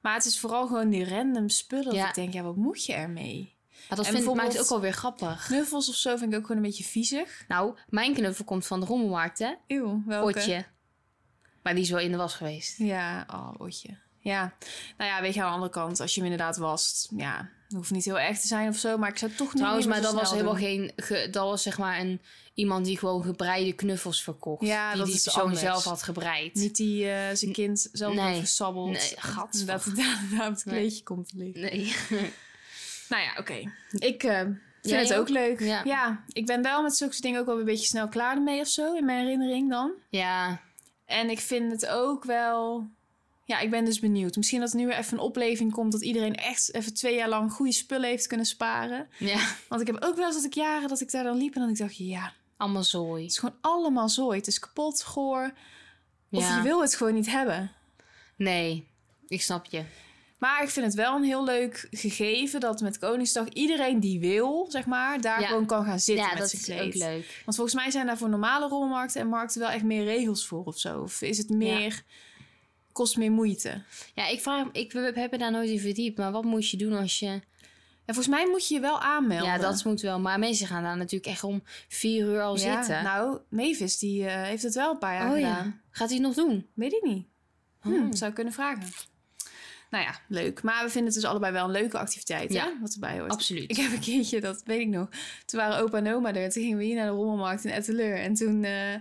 Speaker 1: Maar het is vooral gewoon die random spullen. dat
Speaker 2: Ja.
Speaker 1: ik denk, ja, wat moet je ermee?
Speaker 2: Maar dat
Speaker 1: En
Speaker 2: vind, ik maakt
Speaker 1: bijvoorbeeld-
Speaker 2: het ook alweer grappig.
Speaker 1: Knuffels of zo vind ik ook gewoon een beetje viezig.
Speaker 2: Nou, mijn knuffel komt van de rommelmarkt, hè?
Speaker 1: Eeuw, welke?
Speaker 2: Potje. Maar die is wel in de was geweest.
Speaker 1: Ja, oh, otje. Ja, nou ja, weet je, aan de andere kant, als je hem inderdaad wast, ja, het hoeft niet heel erg te zijn of zo, maar ik zou het toch niet
Speaker 2: Trouwens,
Speaker 1: meer
Speaker 2: maar
Speaker 1: zo
Speaker 2: dat was
Speaker 1: snel
Speaker 2: helemaal
Speaker 1: doen.
Speaker 2: geen. ge- dat was zeg maar een, iemand die gewoon gebreide knuffels verkocht.
Speaker 1: Ja,
Speaker 2: die
Speaker 1: dat
Speaker 2: die
Speaker 1: is
Speaker 2: persoon
Speaker 1: anders.
Speaker 2: zelf had gebreid.
Speaker 1: Niet die eh, zijn kind zelf
Speaker 2: Nee.
Speaker 1: heeft gesabbeld.
Speaker 2: Nee, gadver.
Speaker 1: Dat *laughs* het daar daar op het
Speaker 2: Nee.
Speaker 1: kleedje komt te liggen.
Speaker 2: Nee.
Speaker 1: Nou ja, oké. Ik eh, vind
Speaker 2: Jij
Speaker 1: het ook,
Speaker 2: ook?
Speaker 1: leuk.
Speaker 2: Ja.
Speaker 1: ik ben wel met zulke dingen ook wel een beetje snel klaar mee of zo, in mijn herinnering dan.
Speaker 2: ja,
Speaker 1: En ik vind het ook wel... Ja, ik ben dus benieuwd. Misschien dat er nu weer even een opleving komt... dat iedereen echt even twee jaar lang goede spullen heeft kunnen sparen.
Speaker 2: ja.
Speaker 1: Want ik heb ook wel eens dat ik jaren dat ik daar dan liep... en dan ik dacht, ja,
Speaker 2: Allemaal zooi.
Speaker 1: het is gewoon allemaal zooi. Het is kapot, goor. Of
Speaker 2: Ja.
Speaker 1: je wil het gewoon niet hebben.
Speaker 2: Nee, ik snap je.
Speaker 1: Maar ik vind het wel een heel leuk gegeven dat met Koningsdag iedereen die wil, zeg maar, daar
Speaker 2: Ja.
Speaker 1: gewoon kan gaan zitten
Speaker 2: ja,
Speaker 1: met
Speaker 2: dat
Speaker 1: zijn
Speaker 2: is
Speaker 1: kleed.
Speaker 2: ook leuk.
Speaker 1: Want volgens mij zijn daar voor normale rommelmarkten en markten wel echt meer regels voor of zo. Of is het meer, kost meer moeite.
Speaker 2: Ja, ik vraag, ik heb er daar nooit in verdiept, maar wat moet je doen als je.
Speaker 1: En volgens mij moet je je wel aanmelden.
Speaker 2: Ja, dat moet wel. Maar mensen gaan daar natuurlijk echt om vier uur al
Speaker 1: Ja,
Speaker 2: zitten.
Speaker 1: Nou, Mavis die eh, heeft het wel een paar jaar
Speaker 2: oh
Speaker 1: gedaan.
Speaker 2: ja. Gaat hij het nog doen?
Speaker 1: Weet ik niet. Hm,
Speaker 2: Hmm.
Speaker 1: Zou ik kunnen vragen. Nou ja, leuk. Maar we vinden het dus allebei wel een leuke activiteit, hè?
Speaker 2: Ja.
Speaker 1: Wat erbij hoort.
Speaker 2: Absoluut.
Speaker 1: Ik heb een keertje, dat weet ik nog. Toen waren opa en oma er. Toen gingen we hier naar de rommelmarkt in Etteleur. En toen eh,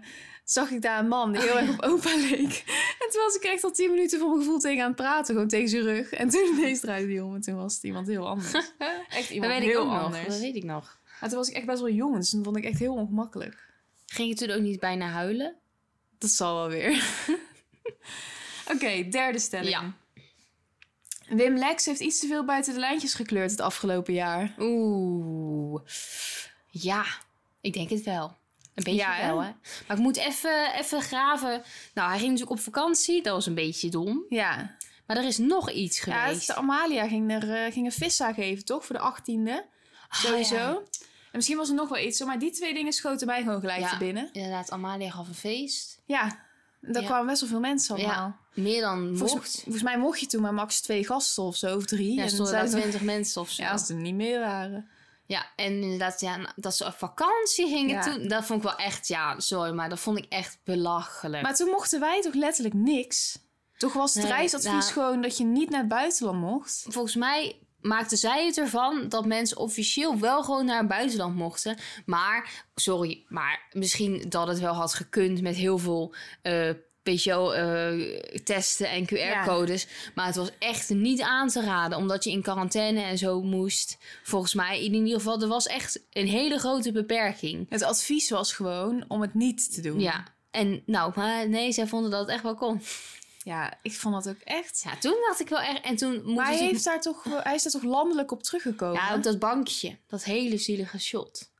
Speaker 1: zag ik daar een man die heel
Speaker 2: Oh,
Speaker 1: erg op opa leek. En toen was ik echt al tien minuten voor mijn gevoel tegen aan het praten. Gewoon tegen zijn rug. En toen ineens draaide die om. En toen was het iemand heel
Speaker 2: *laughs*
Speaker 1: anders. Echt
Speaker 2: dat
Speaker 1: iemand
Speaker 2: weet ik
Speaker 1: heel
Speaker 2: ook nog. Dat
Speaker 1: anders.
Speaker 2: weet ik nog.
Speaker 1: En toen was ik echt best wel jong. Dus toen vond ik echt heel ongemakkelijk.
Speaker 2: Ging je toen ook niet bijna huilen?
Speaker 1: Dat zal wel weer. *laughs* Oké, derde stelling.
Speaker 2: Ja.
Speaker 1: Wim Lex heeft iets te veel buiten de lijntjes gekleurd het afgelopen jaar.
Speaker 2: Oeh. Ja, ik denk het wel. Een beetje
Speaker 1: Ja, hè?
Speaker 2: wel, hè? Maar ik moet even even graven. Nou, hij ging natuurlijk op vakantie. Dat was een beetje dom.
Speaker 1: Ja,
Speaker 2: Maar er is nog iets
Speaker 1: Ja,
Speaker 2: geweest.
Speaker 1: het- Amalia ging er eh, ging een viszaak geven, toch? Voor de 18e.
Speaker 2: Ah,
Speaker 1: Sowieso.
Speaker 2: ja.
Speaker 1: En misschien was er nog wel iets, hoor, maar die twee dingen schoten mij gewoon gelijk
Speaker 2: Ja.
Speaker 1: te binnen.
Speaker 2: Inderdaad, Amalia gaf een feest.
Speaker 1: Ja, daar
Speaker 2: Ja.
Speaker 1: kwamen best wel veel mensen allemaal.
Speaker 2: Meer dan
Speaker 1: Volgens,
Speaker 2: mocht.
Speaker 1: volgens mij mocht je toen maar max twee gasten of zo, of drie.
Speaker 2: Ja, er
Speaker 1: en
Speaker 2: stonden daar
Speaker 1: zij-
Speaker 2: twintig mensen of zo.
Speaker 1: ja, als er niet meer waren.
Speaker 2: Ja, en inderdaad, ja, dat ze op vakantie gingen
Speaker 1: Ja.
Speaker 2: toen. Dat vond ik wel echt, ja, sorry, maar dat vond ik echt belachelijk.
Speaker 1: Maar toen mochten wij toch letterlijk niks? Toch was het
Speaker 2: Nee,
Speaker 1: reisadvies
Speaker 2: ja.
Speaker 1: gewoon dat je niet naar het buitenland mocht?
Speaker 2: volgens mij maakten zij het ervan dat mensen officieel wel gewoon naar het buitenland mochten. Maar, sorry, maar misschien dat het wel had gekund met heel veel eh PCO-testen eh, en QR-codes. Maar het was echt niet aan te raden, omdat je in quarantaine en zo moest. Volgens mij, in ieder geval, er was echt een hele grote beperking.
Speaker 1: Het advies was gewoon om het niet te doen.
Speaker 2: Ja. En nou, maar nee, zij vonden dat het echt wel kon.
Speaker 1: ja ik vond dat ook echt.
Speaker 2: Ja, toen dacht ik wel echt. En toen moest
Speaker 1: Maar hij,
Speaker 2: ik-
Speaker 1: heeft daar toch, hij is daar toch landelijk op teruggekomen?
Speaker 2: Ja, op dat bankje. Dat hele zielige shot.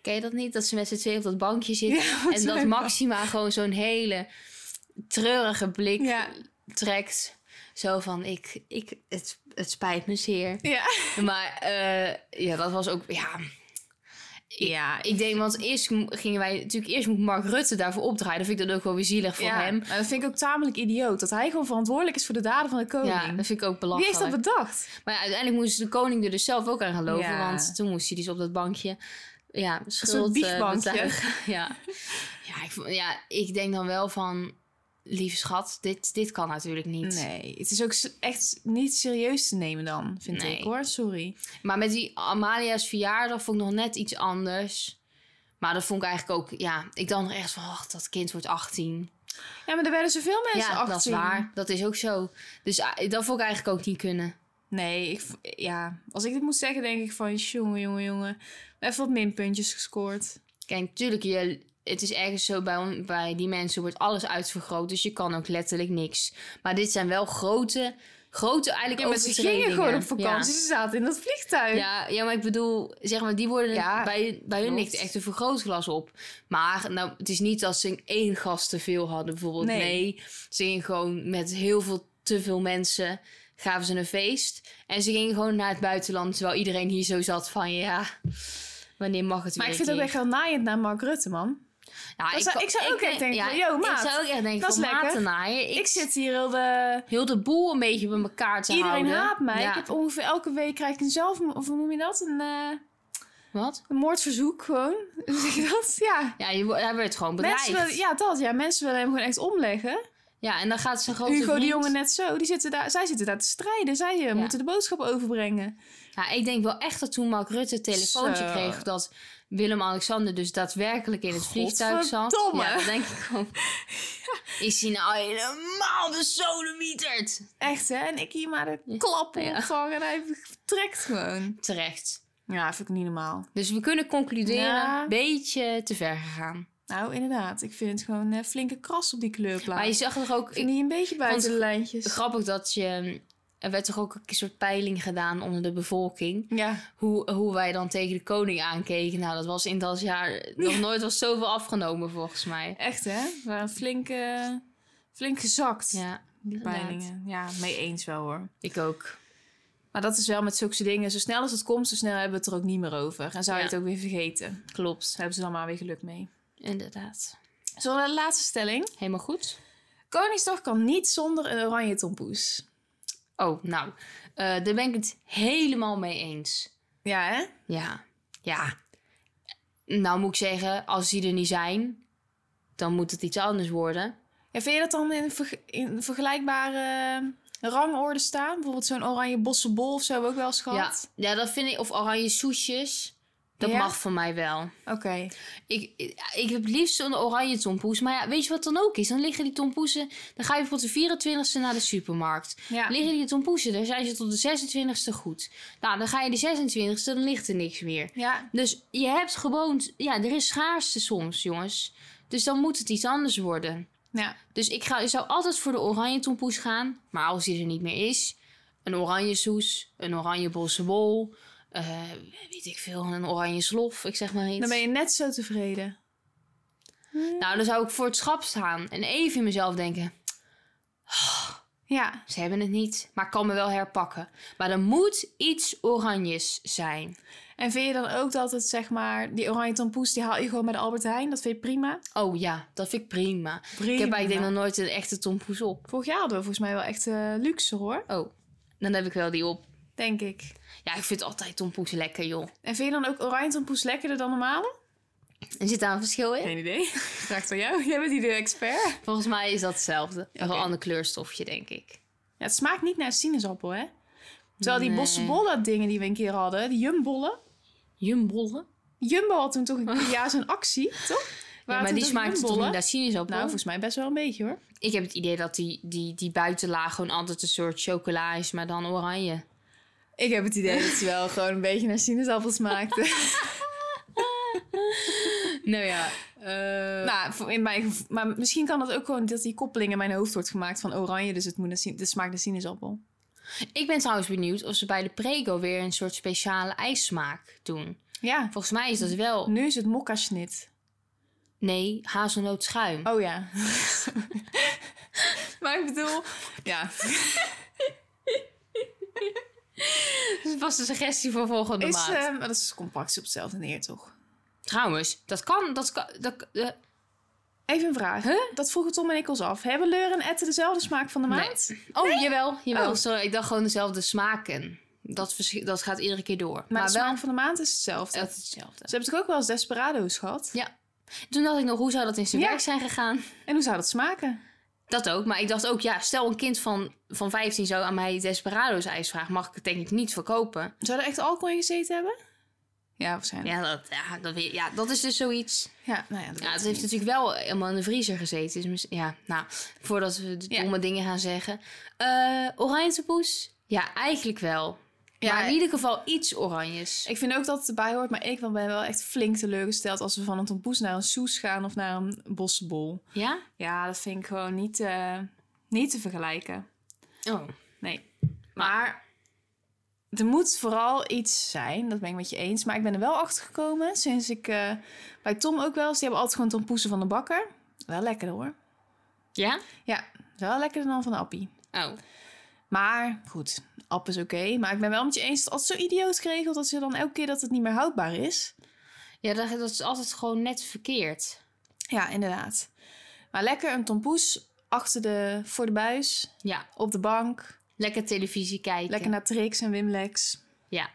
Speaker 2: Ken je dat niet? Dat ze met z'n tweeën op dat bankje
Speaker 1: *laughs*
Speaker 2: zitten.
Speaker 1: Ja, *laughs* wat
Speaker 2: en dat
Speaker 1: leuk.
Speaker 2: Maxima gewoon zo'n hele treurige blik
Speaker 1: Ja.
Speaker 2: trekt. Zo van, ik, ik, het, het spijt me zeer.
Speaker 1: Ja.
Speaker 2: Maar eh, ja, dat was ook, ja... Ik, ja, ik denk, want eerst mo- gingen wij... Natuurlijk, eerst moet Mark Rutte daarvoor opdraaien. Dat vind ik dan ook wel weer zielig voor
Speaker 1: ja.
Speaker 2: hem.
Speaker 1: En dat vind ik ook tamelijk idioot. Dat hij gewoon verantwoordelijk is voor de daden van de koning.
Speaker 2: Ja, dat vind ik ook
Speaker 1: Oh, Wie
Speaker 2: belachelijk.
Speaker 1: heeft dat bedacht?
Speaker 2: Maar ja, uiteindelijk moest de koning er dus zelf ook aan geloven.
Speaker 1: Ja.
Speaker 2: Want toen moest hij dus op dat bankje. Ja,
Speaker 1: soort
Speaker 2: schuld eh,
Speaker 1: biechtbankje.
Speaker 2: betuigen. *laughs*
Speaker 1: *laughs*
Speaker 2: ja. Ja, ik, vond- ja, ik denk dan wel van... Lieve schat, dit, dit kan natuurlijk niet.
Speaker 1: Nee, het is ook s- echt niet serieus te nemen dan, vind
Speaker 2: Nee.
Speaker 1: ik hoor. Sorry.
Speaker 2: Maar met die Amalia's verjaardag vond ik nog net iets anders. Maar dat vond ik eigenlijk ook... Ja, ik dacht nog echt van... ach, dat kind wordt 18.
Speaker 1: Ja, maar er werden zoveel mensen
Speaker 2: ja,
Speaker 1: 18.
Speaker 2: dat is waar. Dat is ook zo. Dus eh, dat vond ik eigenlijk ook niet kunnen.
Speaker 1: Nee, ik, v- ja. als ik dit moet zeggen, denk ik van... jongen, jongen, jongen. Even wat minpuntjes gescoord.
Speaker 2: Kijk, natuurlijk, je, het is ergens zo bij, on- bij die mensen wordt alles uitvergroot. Dus je kan ook letterlijk niks. Maar dit zijn wel grote, grote eigenlijk
Speaker 1: Ja, maar ze gingen gewoon op vakantie. Ze zaten in dat
Speaker 2: Ja.
Speaker 1: vliegtuig.
Speaker 2: Ja, ja, maar ik bedoel, zeg maar, die worden
Speaker 1: Ja,
Speaker 2: bij, bij hun
Speaker 1: klopt.
Speaker 2: ligt echt een vergrootglas op. Maar nou, het is niet dat ze één gast te veel hadden bijvoorbeeld.
Speaker 1: Nee.
Speaker 2: Nee. ze gingen gewoon met heel veel te veel mensen gaven ze een feest. En ze gingen gewoon naar het buitenland, terwijl iedereen hier zo zat van ja, wanneer mag het
Speaker 1: Maar
Speaker 2: weer
Speaker 1: ik vind het
Speaker 2: een
Speaker 1: ook
Speaker 2: keer?
Speaker 1: echt wel naaiend naar Mark Rutte, man.
Speaker 2: Ja,
Speaker 1: Dat zou-
Speaker 2: kan-
Speaker 1: ik zou ook echt denken van, yo, maat,
Speaker 2: Ik zou ook echt denken
Speaker 1: dat is
Speaker 2: van, maat
Speaker 1: lekker.
Speaker 2: te naaien.
Speaker 1: Ik,
Speaker 2: Ik,
Speaker 1: zit hier heel de...
Speaker 2: heel de boel een beetje bij elkaar te
Speaker 1: Iedereen
Speaker 2: houden.
Speaker 1: haat mij.
Speaker 2: Ja.
Speaker 1: Ik heb ongeveer elke week krijg ik een zelf... Of hoe noem je dat? Een... eh,
Speaker 2: Wat?
Speaker 1: Een moordverzoek gewoon. *laughs* Hoe zeg je dat? Ja.
Speaker 2: Ja, je, wo- hij werd gewoon bedreigd.
Speaker 1: Mensen willen, ja, dat. Ja, mensen willen hem gewoon echt omleggen.
Speaker 2: Ja, en dan gaat zijn grote
Speaker 1: Hugo de
Speaker 2: vriend-
Speaker 1: Jonge net zo. Die zitten daar, zij zitten daar te strijden. Zij eh,
Speaker 2: Ja.
Speaker 1: moeten de boodschap overbrengen.
Speaker 2: Ja, ik denk wel echt dat toen Mark Rutte het telefoontje
Speaker 1: Zo.
Speaker 2: kreeg... dat Willem-Alexander dus daadwerkelijk in het vliegtuig zat.
Speaker 1: Godverdomme.
Speaker 2: Ja, dat denk ik
Speaker 1: *laughs*
Speaker 2: ook. Is hij nou helemaal besodemieterd?
Speaker 1: Echt, hè? En ik hier maar de
Speaker 2: Ja.
Speaker 1: klap op
Speaker 2: Ja.
Speaker 1: vang en hij vertrekt gewoon.
Speaker 2: Terecht.
Speaker 1: Ja, vind ik niet normaal.
Speaker 2: Dus we kunnen concluderen,
Speaker 1: Ja.
Speaker 2: een beetje te ver gegaan.
Speaker 1: Nou, inderdaad. Ik vind het gewoon een flinke kras op die kleurplaat.
Speaker 2: Maar je zag toch ook...
Speaker 1: Ik vind
Speaker 2: ik-
Speaker 1: die een beetje buiten
Speaker 2: vond-
Speaker 1: de lijntjes.
Speaker 2: grappig dat je... Er werd toch ook een soort peiling gedaan onder de bevolking.
Speaker 1: Ja.
Speaker 2: Hoe, hoe wij dan tegen de koning aankeken. Nou, dat was in dat jaar nog nooit was zoveel afgenomen volgens mij.
Speaker 1: Echt, hè? We waren flink, eh, flink gezakt,
Speaker 2: Ja,
Speaker 1: die
Speaker 2: inderdaad.
Speaker 1: peilingen. Ja, mee eens wel, hoor.
Speaker 2: ik ook.
Speaker 1: Maar dat is wel met zulke dingen. Zo snel als het komt, zo snel hebben we het er ook niet meer over. En zou je
Speaker 2: Ja.
Speaker 1: het ook weer vergeten. Daar
Speaker 2: Klopt.
Speaker 1: hebben ze dan maar weer geluk mee.
Speaker 2: Inderdaad.
Speaker 1: Zullen we naar de laatste stelling?
Speaker 2: Helemaal goed.
Speaker 1: Koningsdag kan niet zonder een oranje tompoes.
Speaker 2: Oh, nou. eh, daar ben ik het helemaal mee eens.
Speaker 1: Ja, hè?
Speaker 2: Ja. Ja. Nou moet ik zeggen, als die er niet zijn, dan moet het iets anders worden.
Speaker 1: Ja, vind je dat dan in, verg- in vergelijkbare eh, rangorde staan? Bijvoorbeeld zo'n oranje bossenbol of zo hebben we ook wel eens
Speaker 2: Ja,
Speaker 1: gehad.
Speaker 2: ja, dat vind ik. Of oranje soesjes. Dat
Speaker 1: Ja?
Speaker 2: mag voor mij wel.
Speaker 1: Oké.
Speaker 2: Ik, ik, ik heb het liefst een oranje tompoes. Maar ja, weet je wat dan ook is? Dan liggen die tompoesen... Dan ga je bijvoorbeeld de 24e naar de supermarkt.
Speaker 1: Ja.
Speaker 2: Liggen die tompoesen, daar zijn ze tot de 26e goed. Nou, dan ga je de 26e, dan ligt er niks meer.
Speaker 1: Ja.
Speaker 2: Dus je hebt gewoon... Ja, er is schaarste soms, jongens. Dus dan moet het iets anders worden.
Speaker 1: ja.
Speaker 2: Dus ik, ga, ik zou altijd voor de oranje tompoes gaan. Maar als die er niet meer is... Een oranje soes, een oranje bossenbol... eh, weet ik veel, een oranje slof, ik zeg maar iets.
Speaker 1: Dan ben je net zo tevreden.
Speaker 2: Nou, dan zou ik voor het schap staan en even in mezelf denken:
Speaker 1: Ja.
Speaker 2: ze hebben het niet, maar ik kan me wel herpakken. Maar er moet iets oranjes zijn.
Speaker 1: En vind je dan ook dat het, zeg maar, die oranje tompoes, die haal je gewoon bij de Albert Heijn? Dat vind je prima?
Speaker 2: Oh ja, dat vind ik prima.
Speaker 1: Prima.
Speaker 2: Ik heb eigenlijk denk nog nooit een echte tompoes op.
Speaker 1: Vorig jaar hadden we volgens mij wel echt eh, luxe, hoor.
Speaker 2: Oh, dan heb ik wel die op.
Speaker 1: Denk ik.
Speaker 2: Ja, ik vind altijd tompoes lekker, joh.
Speaker 1: En vind je dan ook oranje tompoes lekkerder dan normale?
Speaker 2: En zit daar een verschil in?
Speaker 1: idee. *laughs* Vraag aan jou. Jij bent hier de expert.
Speaker 2: Volgens mij is dat hetzelfde. Wel
Speaker 1: Oké.
Speaker 2: een ander kleurstofje, denk ik.
Speaker 1: Ja, het smaakt niet naar sinaasappel, hè? Terwijl die
Speaker 2: Nee.
Speaker 1: bossenbollen dingen die we een keer hadden, die jumbollen.
Speaker 2: Jumbollen?
Speaker 1: Jumbo had toen *laughs* toch een keer ja, zo'n actie, toch?
Speaker 2: Ja, maar die smaakt toch niet naar sinaasappel?
Speaker 1: dus Nou, volgens mij best wel een beetje, hoor.
Speaker 2: Ik heb het idee dat die, die, die buitenlaag gewoon altijd een soort chocola is, maar dan oranje.
Speaker 1: Ik heb het idee dat ze wel gewoon een beetje naar sinaasappel *laughs* smaakte.
Speaker 2: Nou ja. eh,
Speaker 1: nou, voor- in mijn gevo- maar misschien kan dat ook gewoon dat die koppeling in mijn hoofd wordt gemaakt van oranje, dus het moet naar sin- de smaak naar sinaasappel.
Speaker 2: ik ben trouwens benieuwd of ze bij de Prego weer een soort speciale ijssmaak doen.
Speaker 1: Ja,
Speaker 2: Volgens mij is dat wel.
Speaker 1: nu is het mokka-snit.
Speaker 2: Nee, hazelnootschuim.
Speaker 1: Oh ja. *laughs* maar ik bedoel, ja.
Speaker 2: Dat was de suggestie voor volgende
Speaker 1: Is,
Speaker 2: maand.
Speaker 1: eh, maar dat is compact op hetzelfde neer, toch?
Speaker 2: Trouwens, dat kan. Dat kan dat, eh,
Speaker 1: Even een vraag. Dat vroegen Tom en ik ons af. Hebben leur en etten dezelfde smaak van de
Speaker 2: Nee.
Speaker 1: maand?
Speaker 2: oh, jawel. jawel
Speaker 1: Oh.
Speaker 2: Sorry, ik dacht gewoon dezelfde smaken. Dat, vers- dat gaat iedere keer door. Maar,
Speaker 1: Maar, de
Speaker 2: wel
Speaker 1: smaak van de maand is hetzelfde.
Speaker 2: altijd hetzelfde.
Speaker 1: Ze hebben toch ook wel eens desperado's gehad?
Speaker 2: Ja. Toen dacht ik nog, hoe zou dat in zijn
Speaker 1: Ja.
Speaker 2: werk zijn gegaan?
Speaker 1: En hoe zou dat smaken?
Speaker 2: Dat ook. Maar ik dacht ook, ja, stel een kind van, van 15 zou aan mij Desperado's ijs vragen, mag ik het denk ik niet verkopen.
Speaker 1: Zou er echt alcohol in gezeten hebben? Ja, waarschijnlijk.
Speaker 2: Ja, dat, ja, dat, weet- ja, dat is dus zoiets.
Speaker 1: Ja, nou ja, dat
Speaker 2: Ja,
Speaker 1: weet
Speaker 2: het
Speaker 1: ik niet.
Speaker 2: heeft natuurlijk wel helemaal in de vriezer gezeten. Dus mis- ja, nou, voordat we de
Speaker 1: Ja.
Speaker 2: domme dingen gaan zeggen. Eh oranje poes? Ja, eigenlijk wel.
Speaker 1: Ja,
Speaker 2: maar in ieder geval iets oranjes.
Speaker 1: Ik vind ook dat het erbij hoort, maar ik ben wel echt flink teleurgesteld als we van een tompoes naar een soes gaan of naar een bossenbol.
Speaker 2: Ja?
Speaker 1: Ja, dat vind ik gewoon niet, eh, niet te vergelijken.
Speaker 2: Oh.
Speaker 1: Nee. Maar er moet vooral iets zijn, dat ben ik met je eens. Maar ik ben er wel achter gekomen sinds ik eh, bij Tom ook wel eens. Die hebben altijd gewoon tompoesen van de bakker. Wel lekker hoor.
Speaker 2: Ja?
Speaker 1: Ja, wel lekkerder dan van de appie.
Speaker 2: Oh.
Speaker 1: Maar goed, app is oké. Maar ik ben wel met je eens dat het altijd zo idioot geregeld dat ze dan elke keer dat het niet meer houdbaar is.
Speaker 2: Ja, dat, dat is altijd gewoon net verkeerd.
Speaker 1: Ja, inderdaad. Maar lekker een tompoes achter de, voor de buis,
Speaker 2: Ja.
Speaker 1: op de bank.
Speaker 2: Lekker televisie kijken.
Speaker 1: Lekker naar Trix en Wimlex.
Speaker 2: Ja.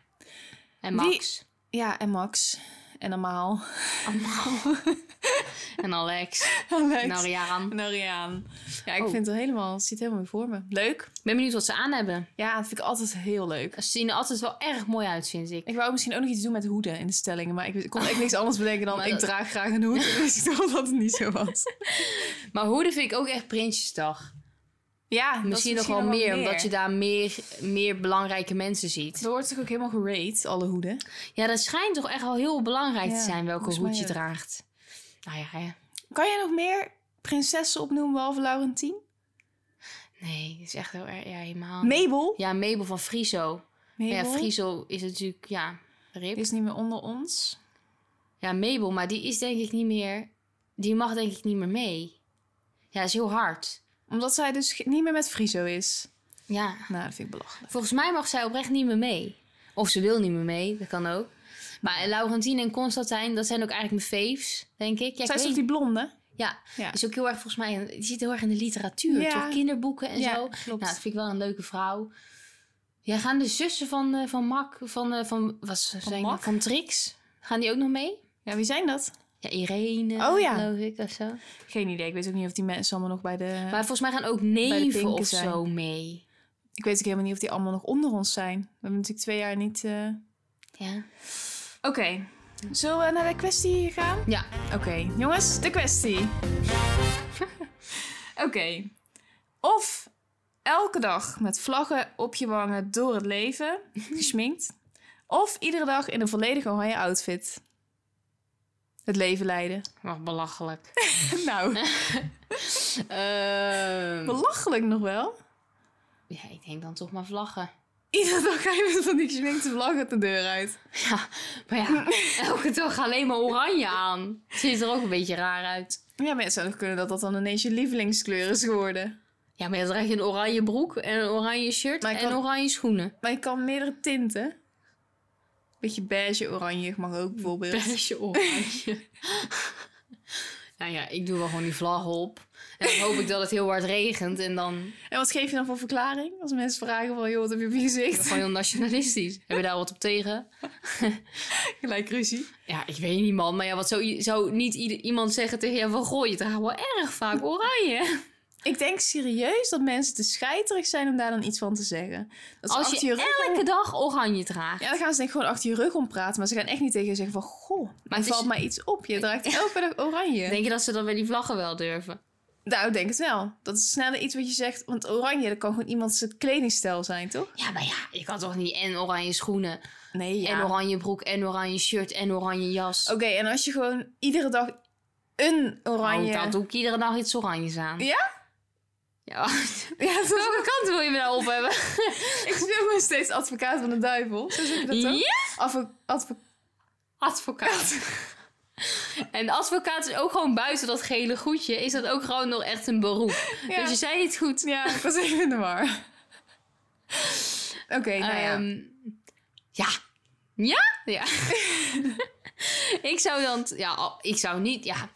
Speaker 2: En
Speaker 1: Wie-
Speaker 2: Max.
Speaker 1: Ja, en Max. En normaal.
Speaker 2: Allemaal. *laughs* En Alex.
Speaker 1: Alex.
Speaker 2: Nariaan.
Speaker 1: Nariaan. Ja, ik
Speaker 2: Oh.
Speaker 1: vind het helemaal, het ziet helemaal voor me. Leuk.
Speaker 2: Ik ben benieuwd wat ze aan hebben.
Speaker 1: Ja, dat vind ik altijd heel leuk.
Speaker 2: Ze zien er altijd wel erg mooi uit, vind ik.
Speaker 1: Ik wou misschien ook nog iets doen met hoeden in de stellingen, maar ik wist- kon echt niks anders bedenken dan
Speaker 2: *laughs* Maar
Speaker 1: ik
Speaker 2: dat-
Speaker 1: draag graag een hoed. *laughs* En wist ik toch dat het niet zo was.
Speaker 2: Maar hoeden vind ik ook echt Prinsjesdag.
Speaker 1: Ja, dat is
Speaker 2: Misschien nog wel
Speaker 1: wel
Speaker 2: meer, omdat je daar meer, meer belangrijke mensen ziet.
Speaker 1: Er wordt toch ook helemaal gerate, alle hoeden?
Speaker 2: Ja, dat schijnt toch echt wel heel belangrijk
Speaker 1: Ja,
Speaker 2: te zijn welke
Speaker 1: volgens mij
Speaker 2: hoed je
Speaker 1: ook.
Speaker 2: draagt. Nou ja, hè.
Speaker 1: Kan jij nog meer prinsessen opnoemen behalve Laurentien?
Speaker 2: nee, dat is echt heel erg. Ja, helemaal. niet.
Speaker 1: Mabel?
Speaker 2: Ja, Mabel van Friso. Oh, Ja,
Speaker 1: Mabel?
Speaker 2: Friso is natuurlijk, ja,
Speaker 1: Die
Speaker 2: rip.
Speaker 1: is niet meer onder ons.
Speaker 2: Ja, Mabel, maar die is denk ik niet meer. Die mag denk ik niet meer mee. Ja, is heel hard.
Speaker 1: Omdat zij dus ge- niet meer met Friso is.
Speaker 2: Ja.
Speaker 1: Nou, dat vind ik belachelijk.
Speaker 2: Volgens mij mag zij oprecht niet meer mee. Of ze wil niet meer mee, dat kan ook. Maar Laurentine en Constantijn, dat zijn ook eigenlijk mijn faves, denk ik. Ja,
Speaker 1: zij
Speaker 2: ik
Speaker 1: is
Speaker 2: weet
Speaker 1: toch die blonde?
Speaker 2: Ja,
Speaker 1: Ja.
Speaker 2: is ook heel erg volgens mij. Die zit heel erg in de literatuur,
Speaker 1: Ja.
Speaker 2: toch? Kinderboeken en zo.
Speaker 1: klopt.
Speaker 2: Nou, dat vind ik wel een leuke vrouw. Ja, gaan de zussen van, eh, van Mak, van, eh, van, wat ze zijn,
Speaker 1: Mak?
Speaker 2: van Trix, gaan die ook nog mee?
Speaker 1: ja, wie zijn dat?
Speaker 2: Ja, Irene,
Speaker 1: Oh ja.
Speaker 2: geloof ik, of zo.
Speaker 1: Geen idee. Ik weet ook niet of die mensen allemaal nog bij de...
Speaker 2: Maar volgens mij gaan ook
Speaker 1: Pinken
Speaker 2: neven of
Speaker 1: zijn.
Speaker 2: zo mee.
Speaker 1: Ik weet ook helemaal niet of die allemaal nog onder ons zijn. We hebben natuurlijk twee jaar niet... eh,
Speaker 2: Ja.
Speaker 1: Oké. Zullen we naar de kwestie gaan?
Speaker 2: ja.
Speaker 1: Oké, jongens, de kwestie. Oké. Of elke dag met vlaggen op je wangen door het leven, gesminkt. Of iedere dag in een volledig oranje outfit. Het leven leiden.
Speaker 2: Wat *laughs* belachelijk.
Speaker 1: nou, *laughs*
Speaker 2: Ehm,
Speaker 1: belachelijk nog wel.
Speaker 2: ja, ik denk dan toch maar vlaggen.
Speaker 1: Iedere dag ga je met van die gesminkte vlaggen de deur uit.
Speaker 2: Ja, maar
Speaker 1: *laughs*
Speaker 2: ja, elke dag alleen maar oranje aan. Ziet er ook een beetje raar uit.
Speaker 1: Ja, mensen zouden kunnen dat dat dan ineens je lievelingskleur is geworden.
Speaker 2: Ja, maar dan draag je een oranje broek en een oranje shirt
Speaker 1: Maar ik
Speaker 2: en
Speaker 1: had-
Speaker 2: oranje schoenen.
Speaker 1: *laughs* Maar je kan meerdere tinten. Beetje beige, oranje mag ook bijvoorbeeld.
Speaker 2: *laughs* Beige oranje. *laughs* nou ja, ik doe wel gewoon die vlag op. En dan hoop ik dat het heel hard regent en dan
Speaker 1: En wat geef je dan voor verklaring? Als mensen vragen van, joh, wat heb je op je gezicht?
Speaker 2: gewoon heel nationalistisch. Heb je daar wat op tegen?
Speaker 1: Gelijk ruzie.
Speaker 2: Ja, ik weet niet man, maar ja, wat zou, i- zou niet ieder- iemand zeggen tegen je van... Goh, je draagt wel erg vaak
Speaker 1: *laughs*
Speaker 2: oranje.
Speaker 1: Ik denk serieus dat mensen te scheiterig zijn om daar dan iets van te zeggen. Dat ze
Speaker 2: Als
Speaker 1: achter
Speaker 2: je
Speaker 1: rug om-
Speaker 2: elke dag oranje draagt.
Speaker 1: Ja, dan gaan ze denk ik gewoon achter je rug om praten. Maar ze gaan echt niet tegen je zeggen van, goh, maar
Speaker 2: het is-
Speaker 1: valt mij iets op. Je draagt
Speaker 2: *laughs*
Speaker 1: elke dag oranje.
Speaker 2: Denk je dat ze dan weer die vlaggen wel durven?
Speaker 1: Nou, ik denk het wel. Dat is sneller iets wat je zegt. Want oranje, dat kan gewoon iemand zijn kledingstijl zijn, toch?
Speaker 2: Ja, maar ja, je kan toch niet en oranje schoenen,
Speaker 1: Nee,
Speaker 2: en oranje broek, en oranje shirt, en oranje jas.
Speaker 1: Oké, en als je gewoon iedere dag een oranje...
Speaker 2: Oh, dan doe ik iedere dag iets oranjes aan.
Speaker 1: Ja?
Speaker 2: Ja, *laughs*
Speaker 1: Ja, dat is-
Speaker 2: welke kant wil je me nou op hebben?
Speaker 1: *laughs* ik speel me steeds advocaat van de duivel. Zo zeg je dat ook?
Speaker 2: Ja,
Speaker 1: Advo- advo-
Speaker 2: advocaat.
Speaker 1: *laughs*
Speaker 2: En advocaat is ook gewoon buiten dat gele goedje, is dat ook gewoon nog echt een beroep.
Speaker 1: Ja.
Speaker 2: Dus je zei het goed.
Speaker 1: Ja, ik was even in de war. Oké, nou ja.
Speaker 2: Ehm, ja. Ja? Ja. *laughs* ik zou dan... t- Ja, al- ik zou niet... Ja.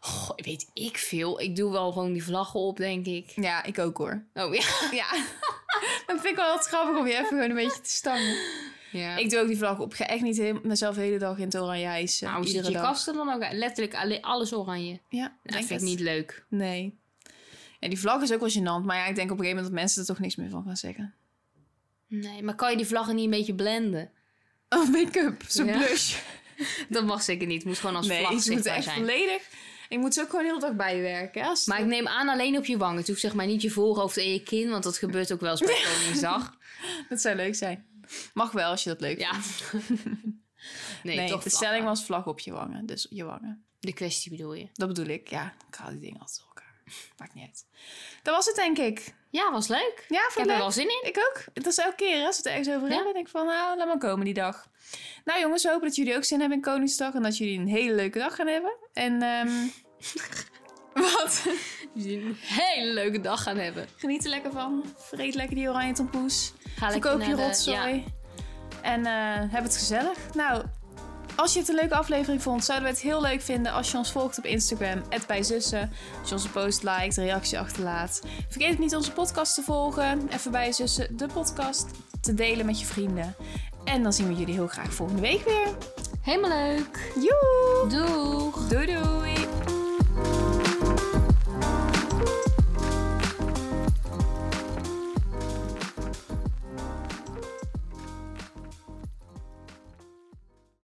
Speaker 2: Goh, weet ik veel. Ik doe wel gewoon die vlaggen op, denk ik.
Speaker 1: Ja, ik ook hoor.
Speaker 2: Oh, ja.
Speaker 1: Ja. *laughs* Dat vind ik wel wat grappig om je even gewoon een beetje te stangen.
Speaker 2: ja.
Speaker 1: Ik doe ook die vlag op. Ik ga echt niet heel- mezelf de hele dag in het oranje hijsen.
Speaker 2: nou, ziet
Speaker 1: iedere
Speaker 2: je
Speaker 1: dag.
Speaker 2: kasten dan ook uit? letterlijk alleen alles oranje.
Speaker 1: Ja,
Speaker 2: Dat
Speaker 1: denk
Speaker 2: vind ik
Speaker 1: het.
Speaker 2: niet leuk.
Speaker 1: Nee. En die vlag is ook wel gênant. Maar ja, ik denk op een gegeven moment dat mensen er toch niks meer van gaan zeggen.
Speaker 2: Nee, maar kan je die vlaggen niet een beetje blenden?
Speaker 1: Oh, make-up. Zo'n
Speaker 2: Ja.
Speaker 1: blush.
Speaker 2: Dat mag zeker niet. Het moet gewoon als vlag
Speaker 1: nee, ze moeten
Speaker 2: zichtbaar
Speaker 1: echt
Speaker 2: zijn.
Speaker 1: volledig... Ik moet ze ook gewoon heel de dag bijwerken. hè, als-
Speaker 2: Maar ik neem aan alleen op je wangen. Het hoeft zeg maar niet je voorhoofd en je kin, want dat gebeurt ook wel eens
Speaker 1: *laughs*
Speaker 2: bij Koningsdag.
Speaker 1: Dat zou leuk zijn. Mag wel als je dat leuk *laughs*
Speaker 2: Ja. Nee,
Speaker 1: vindt. Nee,
Speaker 2: toch
Speaker 1: de
Speaker 2: vlaggen.
Speaker 1: stelling was vlag op je wangen. Dus je wangen.
Speaker 2: De kwestie bedoel je?
Speaker 1: Dat bedoel ik, ja. Ik haal die dingen altijd door elkaar. *laughs* Maakt niet uit. Dat was het, denk ik.
Speaker 2: Ja, was leuk.
Speaker 1: Ja,
Speaker 2: Ik
Speaker 1: vond
Speaker 2: heb
Speaker 1: je
Speaker 2: er
Speaker 1: leuk?
Speaker 2: wel zin in.
Speaker 1: Ik ook. Dat is elke keer, hè, als we het ergens over
Speaker 2: Ja.
Speaker 1: hebben, denk ik van, nou, laat maar komen die dag. Nou jongens, we hopen dat jullie ook zin hebben in Koningsdag en dat jullie een hele leuke dag gaan hebben. En ehm,
Speaker 2: *laughs*
Speaker 1: wat?
Speaker 2: Jullie een hele leuke dag gaan hebben.
Speaker 1: Geniet er lekker van. Vreet lekker die oranje tompoes.
Speaker 2: Ga
Speaker 1: Verkoop je
Speaker 2: naar de-
Speaker 1: rotzooi.
Speaker 2: ja.
Speaker 1: En eh, heb het gezellig. Nou, als je het een leuke aflevering vond, zouden we het heel leuk vinden als je ons volgt op Instagram, @bijzussen. Als je onze post liked, reactie achterlaat. Vergeet ook niet onze podcast te volgen. Even bij zussen, de podcast te delen met je vrienden. En dan zien we jullie heel graag volgende week weer.
Speaker 2: Helemaal leuk.
Speaker 1: Joe!
Speaker 2: Doeg.
Speaker 1: Doei doei!